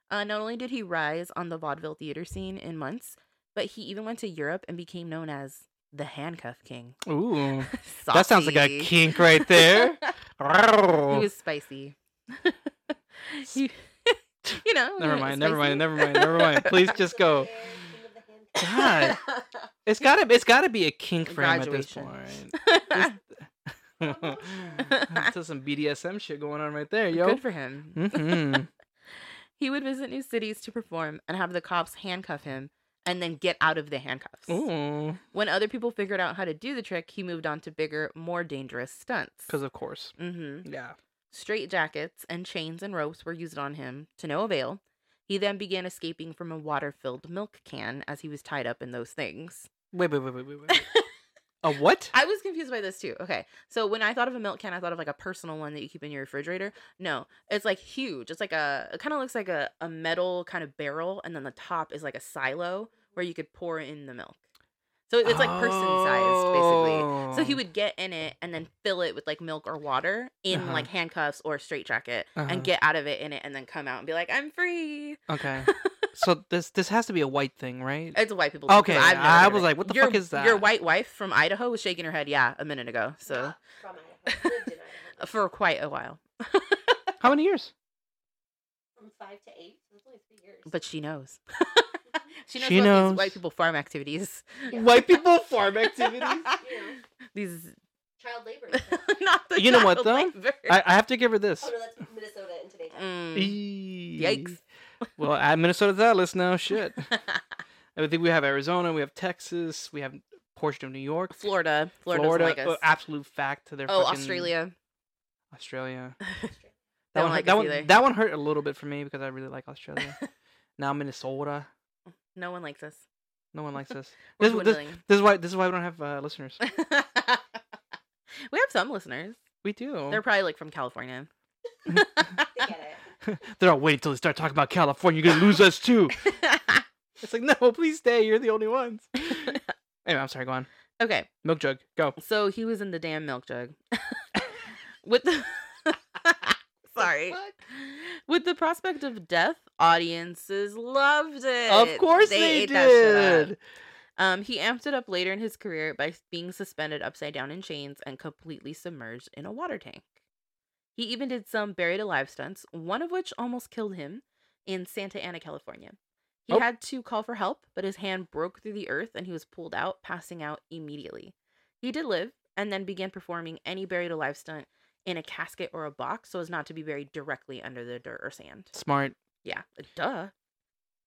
A: uh, not only did he rise on the vaudeville theater scene in months, but he even went to Europe and became known as the Handcuff King.
B: Ooh, that sounds like a
A: Saucy.
B: kink right there.
A: He
B: Rawr.
A: was spicy. He- you know.
B: never
A: the
B: mind. Never
A: spicy-
B: mind. Never mind. Never mind. Please just go. God, it's gotta. It's gotta be a kink for him at this
A: Graduation.
B: point. That's some BDSM shit going on right there, yo.
A: Good for him.
B: Mhm.
A: He would visit new cities to perform and have the cops handcuff him and then get out of the handcuffs.
B: Ooh,
A: When other people figured out how to do the trick, he moved on to bigger, more dangerous stunts.
B: because of course.
A: mm-hmm.
B: Yeah.
A: Straight jackets and chains and ropes were used on him to no avail. He then began escaping from a water filled milk can as he was tied up in those things.
B: Wait, wait, wait, wait, wait, wait. a what?
A: I was confused by this too. Okay. So when I thought of a milk can, I thought of like a personal one that you keep in your refrigerator. No, it's like huge. It's like a, it kind of looks like a, a metal kind of barrel. And then the top is like a silo where you could pour in the milk. So it's like person sized basically. So he
B: Oh.
A: would get in it and then fill it with like milk or water in
B: Uh-huh.
A: like handcuffs or a straitjacket
B: Uh-huh.
A: and get out of it in it and then come out and be like, I'm free.
B: Oh, Okay. so this this has to be a white thing, right?
A: It's a white people. thing, 'cause
B: Okay,
A: I've never
B: I
A: heard of
B: was
A: it.
B: like, what the
A: your,
B: fuck is
A: Your
B: that?
A: white wife from Idaho was shaking her head, yeah, a minute ago. So uh,
C: From Idaho. Lived in Idaho.
A: for quite a while.
B: How many years?
C: From five to eight. So it's only three years.
A: But she knows. she knows
B: She
A: about
B: knows.
A: these white people farm activities.
C: Yeah.
B: White people farm activities.
C: You know,
A: these
C: child labor. Oh, and stuff.
A: not the
B: You know what,
A: child
B: though?
A: labor.
B: I, E I have to give her this.
C: Oh no, that's Minnesota in today's
A: Mm,
C: time.
B: Yikes.
A: yikes.
B: Well, at Minnesota's that list now. Shit. I think we have Arizona, we have Texas, we have portion of New York,
A: Florida. Florida,
B: Florida,
A: doesn't like
B: uh,
A: us.
B: absolute fact to their.
A: oh,
B: fucking-
A: Australia.
B: Australia.
C: Australia.
B: That
A: Don't
B: one, hurt-
A: like
B: that
A: us
B: one,
A: either.
B: that one hurt a little bit for me because I really like Australia. now Minnesota,
A: No one likes us.
B: no one likes us.
A: We're
B: this, this,
A: dwindling.
B: this is why this is why we don't have uh, listeners.
A: We have some listeners.
B: We do.
A: They're probably like from California.
C: They get it.
B: They're all waiting till they start talking about California. You're gonna lose us too. It's like, no, please stay. You're the only ones. anyway, I'm sorry. Go on.
A: okay,
B: Milk jug. Go.
A: so he was in the damn milk jug with the. Sorry.
B: fuck?
A: With the prospect of death, audiences loved it.
B: Of course they,
A: ate that shit up.
B: did.
A: Um, he amped it up later in his career by s- being suspended upside down in chains and completely submerged in a water tank. He even did some buried alive stunts, one of which almost killed him in Santa Ana, California. He
B: Oh.
A: had to call for help, but his hand broke through the earth and he was pulled out, passing out immediately. He did live and then began performing any buried alive stunt in a casket or a box so as not to be buried directly under the dirt or sand.
B: Smart.
A: Yeah, duh.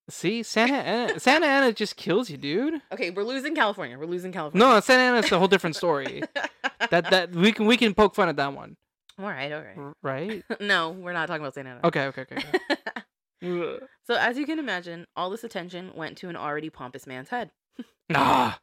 B: See, Santa Ana, Santa Ana just kills you, dude.
A: Okay, we're losing California. We're losing California.
B: No, Santa Ana's a whole different story. that that we can we can poke fun at that one,
A: All right, all right.
B: r- right?
A: no, we're not talking about Santa Ana.
B: Okay, okay, okay. okay. Ugh.
A: so, as you can imagine, all this attention went to an already pompous man's head.
B: nah,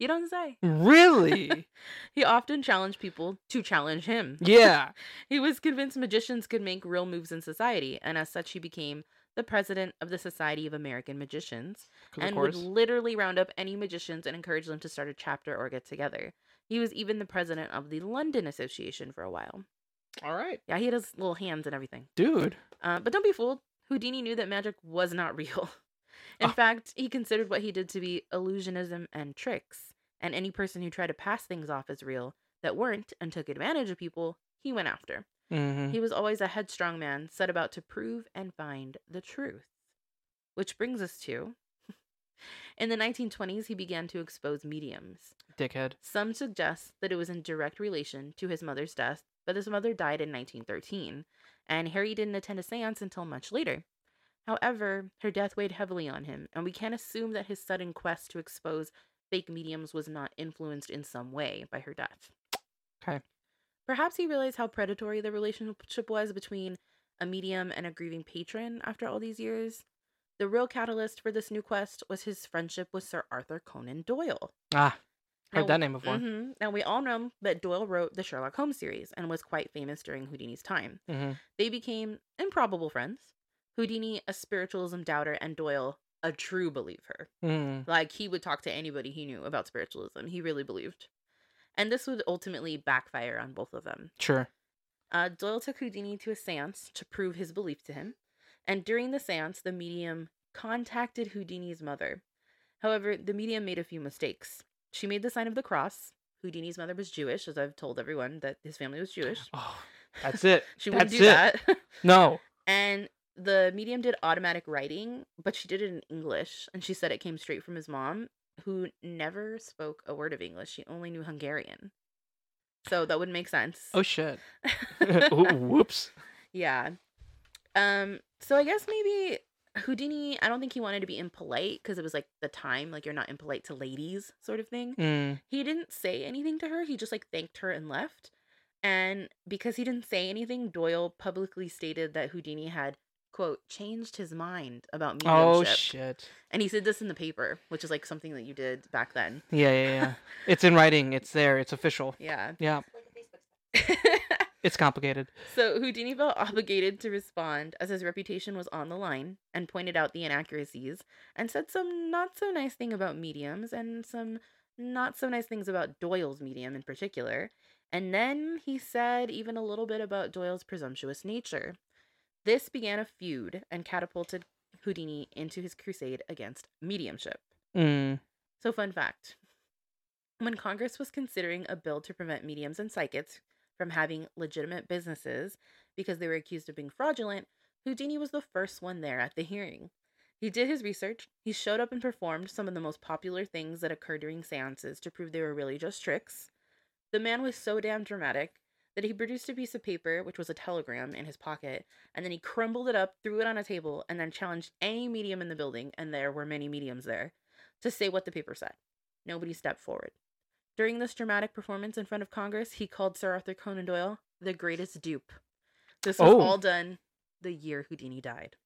A: you don't say.
B: really?
A: He often challenged people to challenge him.
B: Yeah.
A: He was convinced magicians could make real moves in society, and as such, he became the president of the Society of American Magicians
B: 'Cause of
A: and would
B: course.
A: literally round up any magicians and encourage them to start a chapter or get together. He was even the president of the London Association for a while.
B: All right,
A: Yeah, he had his little hands and everything.
B: dude.
A: Uh, but don't be fooled. Houdini knew that magic was not real. In
B: Oh.
A: fact, he considered what he did to be illusionism and tricks. And any person who tried to pass things off as real that weren't and took advantage of people, he went after.
B: Mhm.
A: He was always a headstrong man set about to prove and find the truth. Which brings us to. In the 1920s, he began to expose mediums.
B: Dickhead.
A: Some suggest that it was in direct relation to his mother's death, but his mother died in 1913, and Harry didn't attend a seance until much later. However, her death weighed heavily on him, and we can assume that his sudden quest to expose fake mediums was not influenced in some way by her death.
B: Okay.
A: Perhaps he realized how predatory the relationship was between a medium and a grieving patron after all these years. The real catalyst for this new quest was his friendship with Sir Arthur Conan Doyle.
B: Ah, heard
A: Now-
B: that name before.
A: hmm Now, we all know that Doyle wrote the Sherlock Holmes series and was quite famous during Houdini's time.
B: Mhm.
A: They became improbable friends. Houdini, a spiritualism doubter, and Doyle, a true believer.
B: Mm.
A: Like, he would talk to anybody he knew about spiritualism. He really believed. And this would ultimately backfire on both of them.
B: Sure.
A: Uh, Doyle took Houdini to a seance to prove his belief to him, and during the seance, the medium contacted Houdini's mother. However, the medium made a few mistakes. She made the sign of the cross. Houdini's mother was Jewish, as I've told everyone that his family was Jewish.
B: Oh, that's it.
A: She
B: that's
A: wouldn't do
B: it.
A: that.
B: No.
A: and the medium did automatic writing, but she did it in English, and she said it came straight from his mom, who never spoke a word of English. She only knew Hungarian. So that would make sense.
B: Oh shit. Ooh, whoops.
A: Yeah. Um, so I guess maybe Houdini, I don't think he wanted to be impolite because it was like the time, like you're not impolite to ladies sort of thing.
B: Mm.
A: He didn't say anything to her. He just like thanked her and left. And because he didn't say anything, Doyle publicly stated that Houdini had, quote, changed his mind about
B: Oh
A: mediumship.
B: shit.
A: and he said this in the paper, which is like something that you did back then.
B: Yeah, yeah, yeah. it's in writing. It's there. It's official.
A: Yeah.
B: Yeah.
C: Like a Facebook stalker.
B: It's complicated.
A: So Houdini felt obligated to respond as his reputation was on the line and pointed out the inaccuracies and said some not so nice thing about mediums and some not so nice things about Doyle's medium in particular. And then he said even a little bit about Doyle's presumptuous nature. This began a feud and catapulted Houdini into his crusade against mediumship.
B: Mm.
A: So, fun fact when Congress was considering a bill to prevent mediums and psychics from having legitimate businesses because they were accused of being fraudulent, Houdini was the first one there at the hearing. He did his research, he showed up and performed some of the most popular things that occur during seances to prove they were really just tricks. The man was so damn dramatic that he produced a piece of paper, which was a telegram, in his pocket, and then he crumbled it up, threw it on a table, and then challenged any medium in the building, and there were many mediums there, to say what the paper said. Nobody stepped forward. During this dramatic performance in front of Congress, he called Sir Arthur Conan Doyle the greatest dupe. This was
B: Oh.
A: all
B: Mm.
A: done the year Houdini died.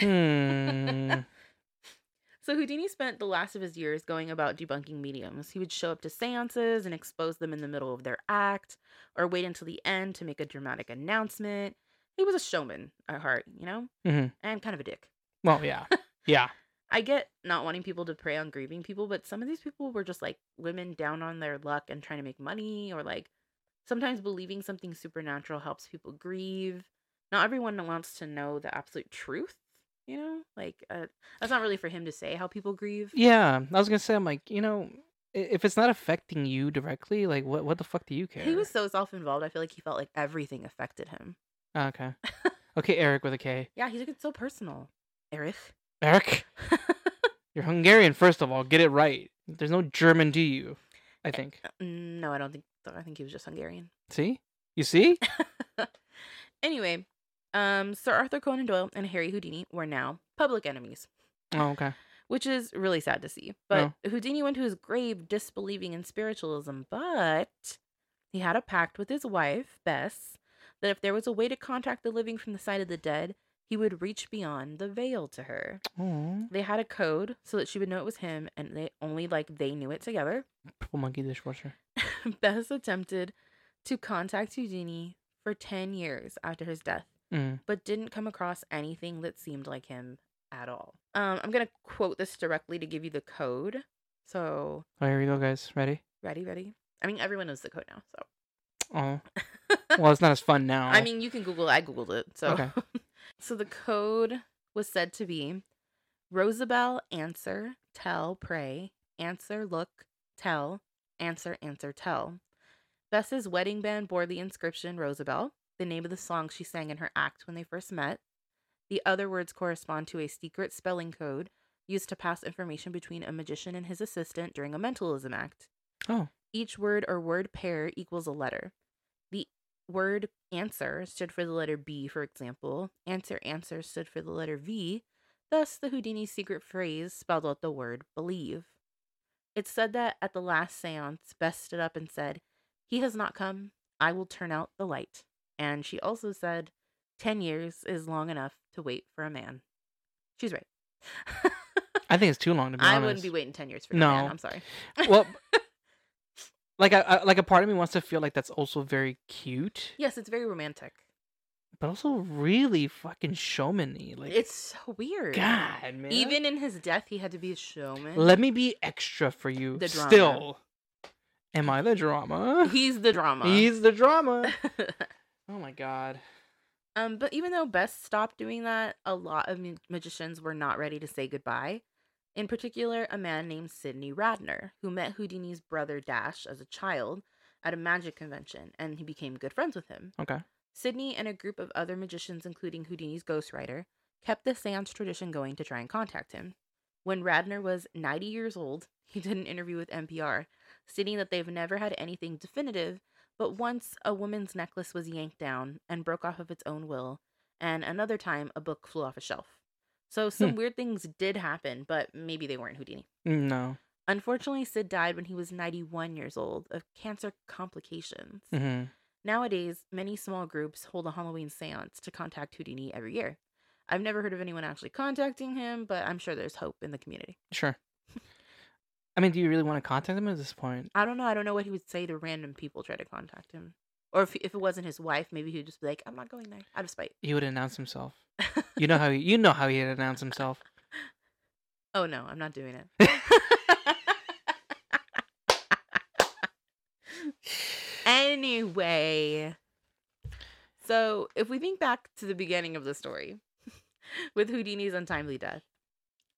B: Hmm.
A: So Houdini spent the last of his years going about debunking mediums. He would show up to seances and expose them in the middle of their act or wait until the end to make a dramatic announcement. He was a showman at heart, you know,
B: Mhm.
A: and kind of a dick.
B: Well, yeah, yeah,
A: I get not wanting people to prey on grieving people, but some of these people were just like women down on their luck and trying to make money, or like sometimes believing something supernatural helps people grieve. Not everyone wants to know the absolute truth, you know? Like, uh, that's not really for him to say how people grieve.
B: yeah. I was gonna say, I'm like, you know, i- if it's not affecting you directly, like, what, what the fuck do you care?
A: He was so self involved, I feel like he felt like everything affected him.
B: Ah, okay, okay, Eric with a K.
A: Yeah, he took it so personal, Eric.
B: Eric, you're Hungarian. First of all, get it right. There's no German to you.
A: Eh,
B: I think.
A: uh mm, no, I don't think so. I think he was just Hungarian.
B: See, you see.
A: Anyway, um, Sir Arthur Conan Doyle and Harry Houdini were now public enemies,
B: Oh, okay.
A: which is really sad to see. But Houdini went to his grave disbelieving in spiritualism, but he had a pact with his wife, Bess, that if there was a way to contact the living from the side of the dead, he would reach beyond the veil to her.
B: Oh,
A: They had a code so that she would know it was him, and they only like they knew it together.
B: purple monkey dishwasher.
A: Bess attempted to contact Houdini for 10 years after his death
B: Mm.
A: but didn't come across anything that seemed like him at all. Um, I'm going to quote this directly to give you the code. So,
B: Oh, here we go, guys. Ready?
A: ready, ready? I mean, everyone knows the code now. So,
B: Oh, well, it's not as fun now.
A: I mean, you can Google it. I Googled it. So,
B: Okay.
A: so the code was said to be Rosabelle, answer, tell, pray, answer, look, tell, answer, answer, tell. Bess's wedding band bore the inscription Rosabelle, the name of the song she sang in her act when they first met. The other words correspond to a secret spelling code used to pass information between a magician and his assistant during a mentalism act.
B: Oh.
A: Each word or word pair equals a letter. The word answer stood for the letter B, for example. Answer answer stood for the letter V. Thus, the Houdini secret phrase spelled out the word believe. It's said that at the last seance, Bess stood up and said, He has not come. I will turn out the light. And she also said, 10 years is long enough to wait for a man. She's right.
B: I think it's too long to be
A: I
B: honest.
A: wouldn't be waiting 10 years for no man.
B: No.
A: I'm sorry.
B: well, like I, I like a part of me wants to feel like that's also very cute,
A: Yes, it's very romantic.
B: but also really fucking showmany. Like
A: it's so weird.
B: God, man.
A: Even in his death, he had to be a showman.
B: let me be extra for you.
A: The drama.
B: Still, am I the drama?
A: He's the drama.
B: He's the drama. oh my god.
A: um, but even though Bess stopped doing that, a lot of mu- magicians were not ready to say goodbye. In particular, a man named Sidney Radner, who met Houdini's brother Dash as a child at a magic convention, and he became good friends with him.
B: Okay.
A: Sidney and a group of other magicians, including Houdini's ghostwriter, kept the seance tradition going to try and contact him. When Radner was 90 years old, he did an interview with NPR, stating that they've never had anything definitive, but once a woman's necklace was yanked down and broke off of its own will, and another time a book flew off a shelf. So some weird things did happen, but maybe they weren't Houdini.
B: Mm, No.
A: Unfortunately, Sid died when he was 91 years old of cancer complications.
B: hmm
A: Nowadays, many small groups hold a Halloween seance to contact Houdini every year. I've never heard of anyone actually contacting him, but I'm sure there's hope in the community.
B: Sure. I mean, do you really want to contact him at this point?
A: I don't know. I don't know what he would say to random people try to contact him. Or if, if it wasn't his wife, maybe he'd just be like, I'm not going there out of spite.
B: He would announce himself. You know how he, you know how he'd announce himself.
A: oh no, I'm not doing it. anyway, so if we think back to the beginning of the story with Houdini's untimely death,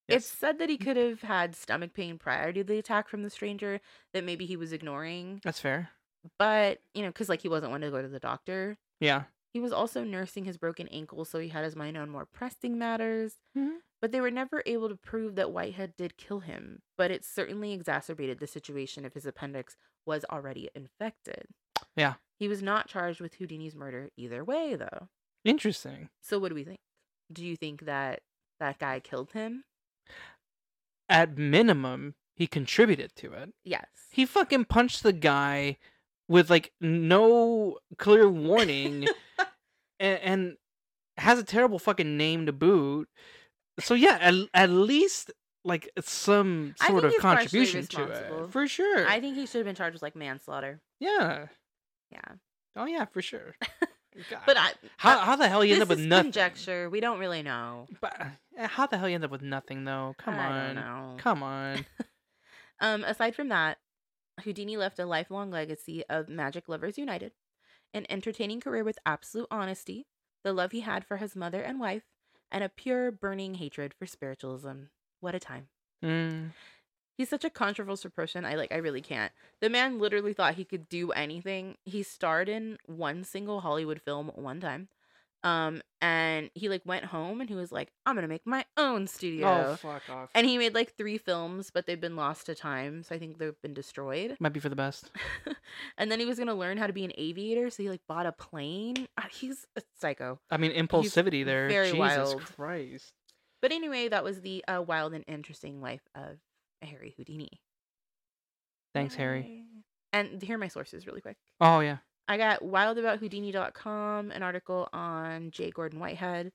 A: It's
B: Yes.
A: said that he could have had stomach pain prior to the attack from the stranger that maybe he was ignoring,
B: That's fair.
A: but you know, because like he wasn't one to go to the doctor.
B: Yeah.
A: He was also nursing his broken ankle, so he had his mind on more pressing matters.
B: Mhm.
A: But they were never able to prove that Whitehead did kill him, but it certainly exacerbated the situation if his appendix was already infected.
B: Yeah.
A: He was not charged with Houdini's murder either way, though.
B: Interesting.
A: So, what do we think? Do you think that that guy killed him?
B: At minimum, he contributed to it.
A: Yes.
B: He fucking punched the guy with like no clear warning and, and has a terrible fucking name to boot. So yeah, at, at least like some
A: I
B: sort
A: think
B: of
A: he's partially
B: contribution to
A: responsible.
B: it for sure.
A: I think he should have been charged with like manslaughter.
B: yeah.
A: Yeah,
B: Oh yeah, for sure. God.
A: but I,
B: how how the hell you
A: this
B: end up with
A: is
B: nothing?
A: conjecture. We don't really know.
B: But uh, how the hell you end up with nothing though? Come
A: I
B: on,
A: Don't know.
B: come on.
A: Um, aside from that, Houdini left a lifelong legacy of Magic Lovers United, an entertaining career with absolute honesty, the love he had for his mother and wife, and a pure, burning hatred for spiritualism. What a time.
B: Mm.
A: He's such a controversial person. I like I really can't. The man literally thought he could do anything. He starred in one single Hollywood film one time. Um and he like went home and he was like, I'm going to make my own studio.
B: Oh fuck off.
A: And he made like three films, but they've been lost to time, so I think they've been destroyed.
B: Might be for the best.
A: and then he was gonna learn how to be an aviator, so he like bought a plane. Ah, He's a psycho.
B: I mean, impulsivity there.
A: very
B: Jesus
A: wild.
B: Christ.
A: But anyway, that was the uh, wild and interesting life of Harry Houdini.
B: Thanks, Harry.
A: Yay. And here are my sources really quick.
B: Oh yeah.
A: I got wildabouthoudini.com, an article on J. Gordon Whitehead,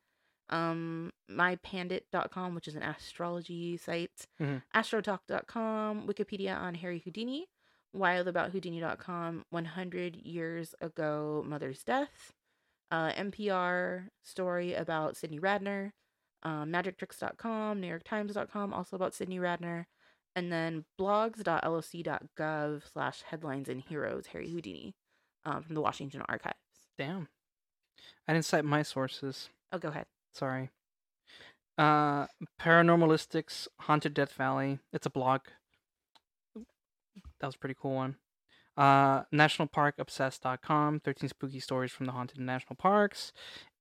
A: um, mypandit.com, which is an astrology site,
B: Mhm.
A: astrotalk.com, Wikipedia on Harry Houdini, wildabouthoudini.com, 100 years ago, mother's death, uh, NPR story about Sidney Radner, um, magictricks.com, newyorktimes.com, also about Sidney Radner, and then blogs.loc.gov slash headlines and heroes, Harry Houdini um, from the Washington Archives.
B: Damn. I didn't cite my sources.
A: Oh, go ahead.
B: Sorry. Uh, Paranormalistics, Haunted Death Valley. It's a blog. That was a pretty cool one. Uh, NationalParkObsessed.com, 13 spooky stories from the haunted national parks.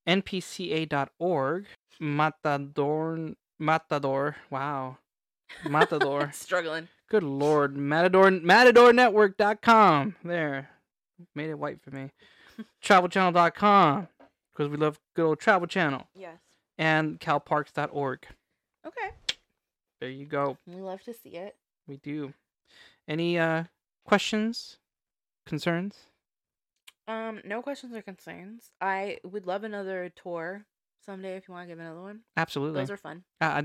B: NPCA.org, Matador, Matador, wow, Matador.
A: Struggling.
B: Good lord, Matador MatadorNetwork.com. There, made it white for me. TravelChannel.com because we love good old Travel Channel
C: Yes.
B: and calparks.org.
A: Okay.
B: There you go.
A: We love to see it.
B: We do. Any uh questions? Concerns?
A: Um, no questions or concerns. I would love another tour someday if you want to give another one.
B: Absolutely.
A: Those are fun.
B: Uh,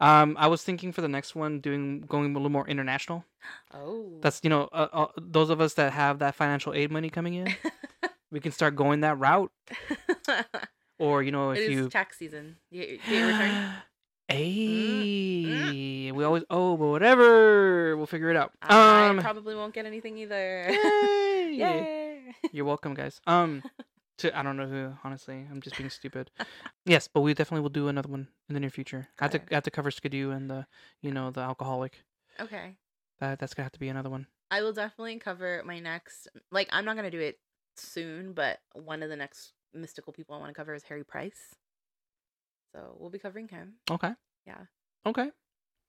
B: I, um, I was thinking for the next one doing going a little more international.
A: Oh.
B: That's you know uh, uh, those of us that have that financial aid money coming in, we can start going that route. Or you know if
A: It is
B: you
A: tax season. You get your, get your Mm-hmm. return.
B: Hey, we always oh, but whatever, we'll figure it out.
A: I
B: um,
A: probably won't get anything either.
B: yay.
A: Yay.
B: You're welcome, guys. Um, to I don't know who. Honestly, I'm just being stupid. Yes, but we definitely will do another one in the near future. I have to,
A: Good.
B: I have to cover Skidoo and the, you know, the alcoholic.
A: Okay.
B: That that's gonna have to be another one.
A: I will definitely cover my next. Like, I'm not gonna do it soon, but one of the next mystical people I want to cover is Harry Price. So we'll be covering him.
B: Okay.
A: Yeah.
B: Okay.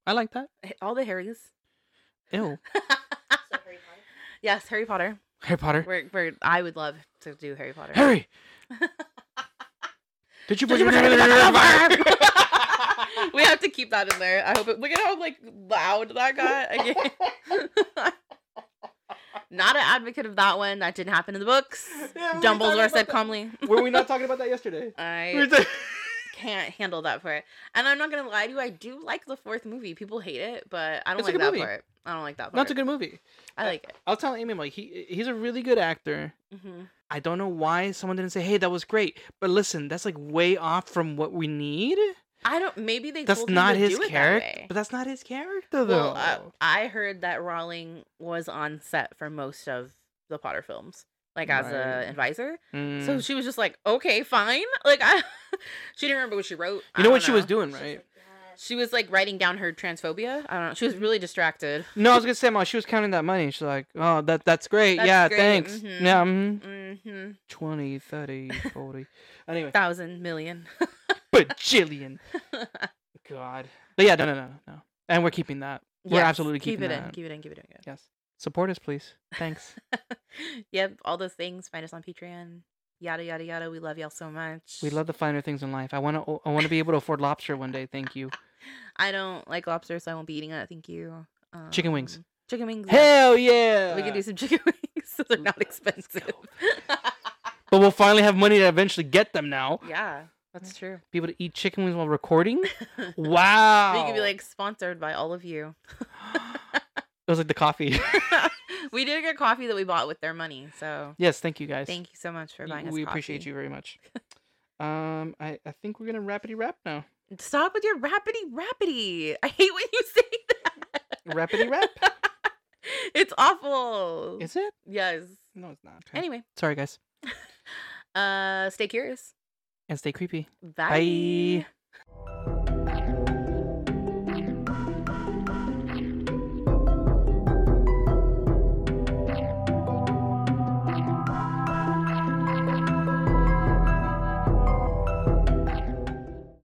B: I like that.
A: All the Harrys.
B: Ew.
C: So Harry Potter.
A: yes, Harry Potter.
B: Harry Potter.
A: We're, we're, I would love to do Harry Potter.
B: Harry, did you put your
A: we have to keep that in there. I hope it. Look at how like loud that got. I can't- Not an advocate of that one. That didn't happen in the books.
B: Yeah, we were talking
A: Dumbledore
B: about
A: said
B: that.
A: calmly.
B: Were we not talking about that yesterday? We
A: I
B: were ta-
A: can't handle that part. And I'm not gonna lie to you, I do like the fourth movie. People hate it, but I don't
B: It's a
A: like
B: good
A: that
B: movie.
A: part. I don't like that part.
B: That's a good movie.
A: I like it.
B: I was telling Amy, I'm like, he he's a really good actor.
A: Mhm.
B: I don't know why someone didn't say, "Hey, that was great," but listen, that's like way off from what we need.
A: I don't. Maybe they.
B: That's
A: told him
B: not
A: to
B: his
A: do it that
B: character,
A: way.
B: but that's not his character though.
A: Well, uh, I, I heard that Rowling was on set for most of the Potter films, like as
B: Right.
A: a advisor.
B: Mm.
A: So she was just like, okay, fine. Like I, she didn't remember what she wrote. I
B: you know
A: don't
B: what she was doing, right?
C: She's like, yes.
A: She was like writing down her transphobia. I don't know. She was really distracted.
B: No, I was gonna say, Ma, she was counting that money. She's like, "Oh, that that's great.
A: That's
B: yeah,
A: great,
B: thanks.
A: mhm.
B: Yeah, mm-hmm.
A: hmm
B: 20, 30, 40. anyway,
A: Thousand million.
B: bajillion. God. But yeah, no, no, no, no. And we're keeping that. We're
A: Yes,
B: absolutely keeping
A: keep it in.
B: that.
A: Keep it in. Keep it in. Keep it
B: Yes. Support us, please. Thanks.
A: in. yep. All those things. Find us on Patreon. Yada yada yada. We love y'all so much.
B: we love the finer things in life. I wanna, I wanna be able to afford lobster one day. Thank you.
A: I don't like lobster, so I won't be eating it. Thank you.
B: Chicken wings.
A: Um, Chicken wings. yeah.
B: Hell yeah!
A: We can do some chicken wings. Those are not
B: Uh, Let's go.
A: expensive.
B: But we'll finally have money to eventually get them now.
A: yeah. That's true.
B: Be able to eat chicken wings while recording?
A: we
B: Wow.
A: could be like sponsored by all of you.
B: it was like the coffee.
A: we did get coffee that we bought with their money, so
B: yes, thank you guys.
A: thank you so much for
B: Y-
A: buying us.
B: we appreciate
A: coffee.
B: you very much. um, I, I think we're gonna rapidy rap now.
A: Stop with your rapidy rapidy. I hate when you say that.
B: Rapidy rap.
A: it's awful.
B: Is it?
A: yes.
B: No, it's not. Okay.
A: Anyway,
B: Sorry guys.
A: uh, stay curious.
B: And stay creepy.
A: Bye.
B: Bye.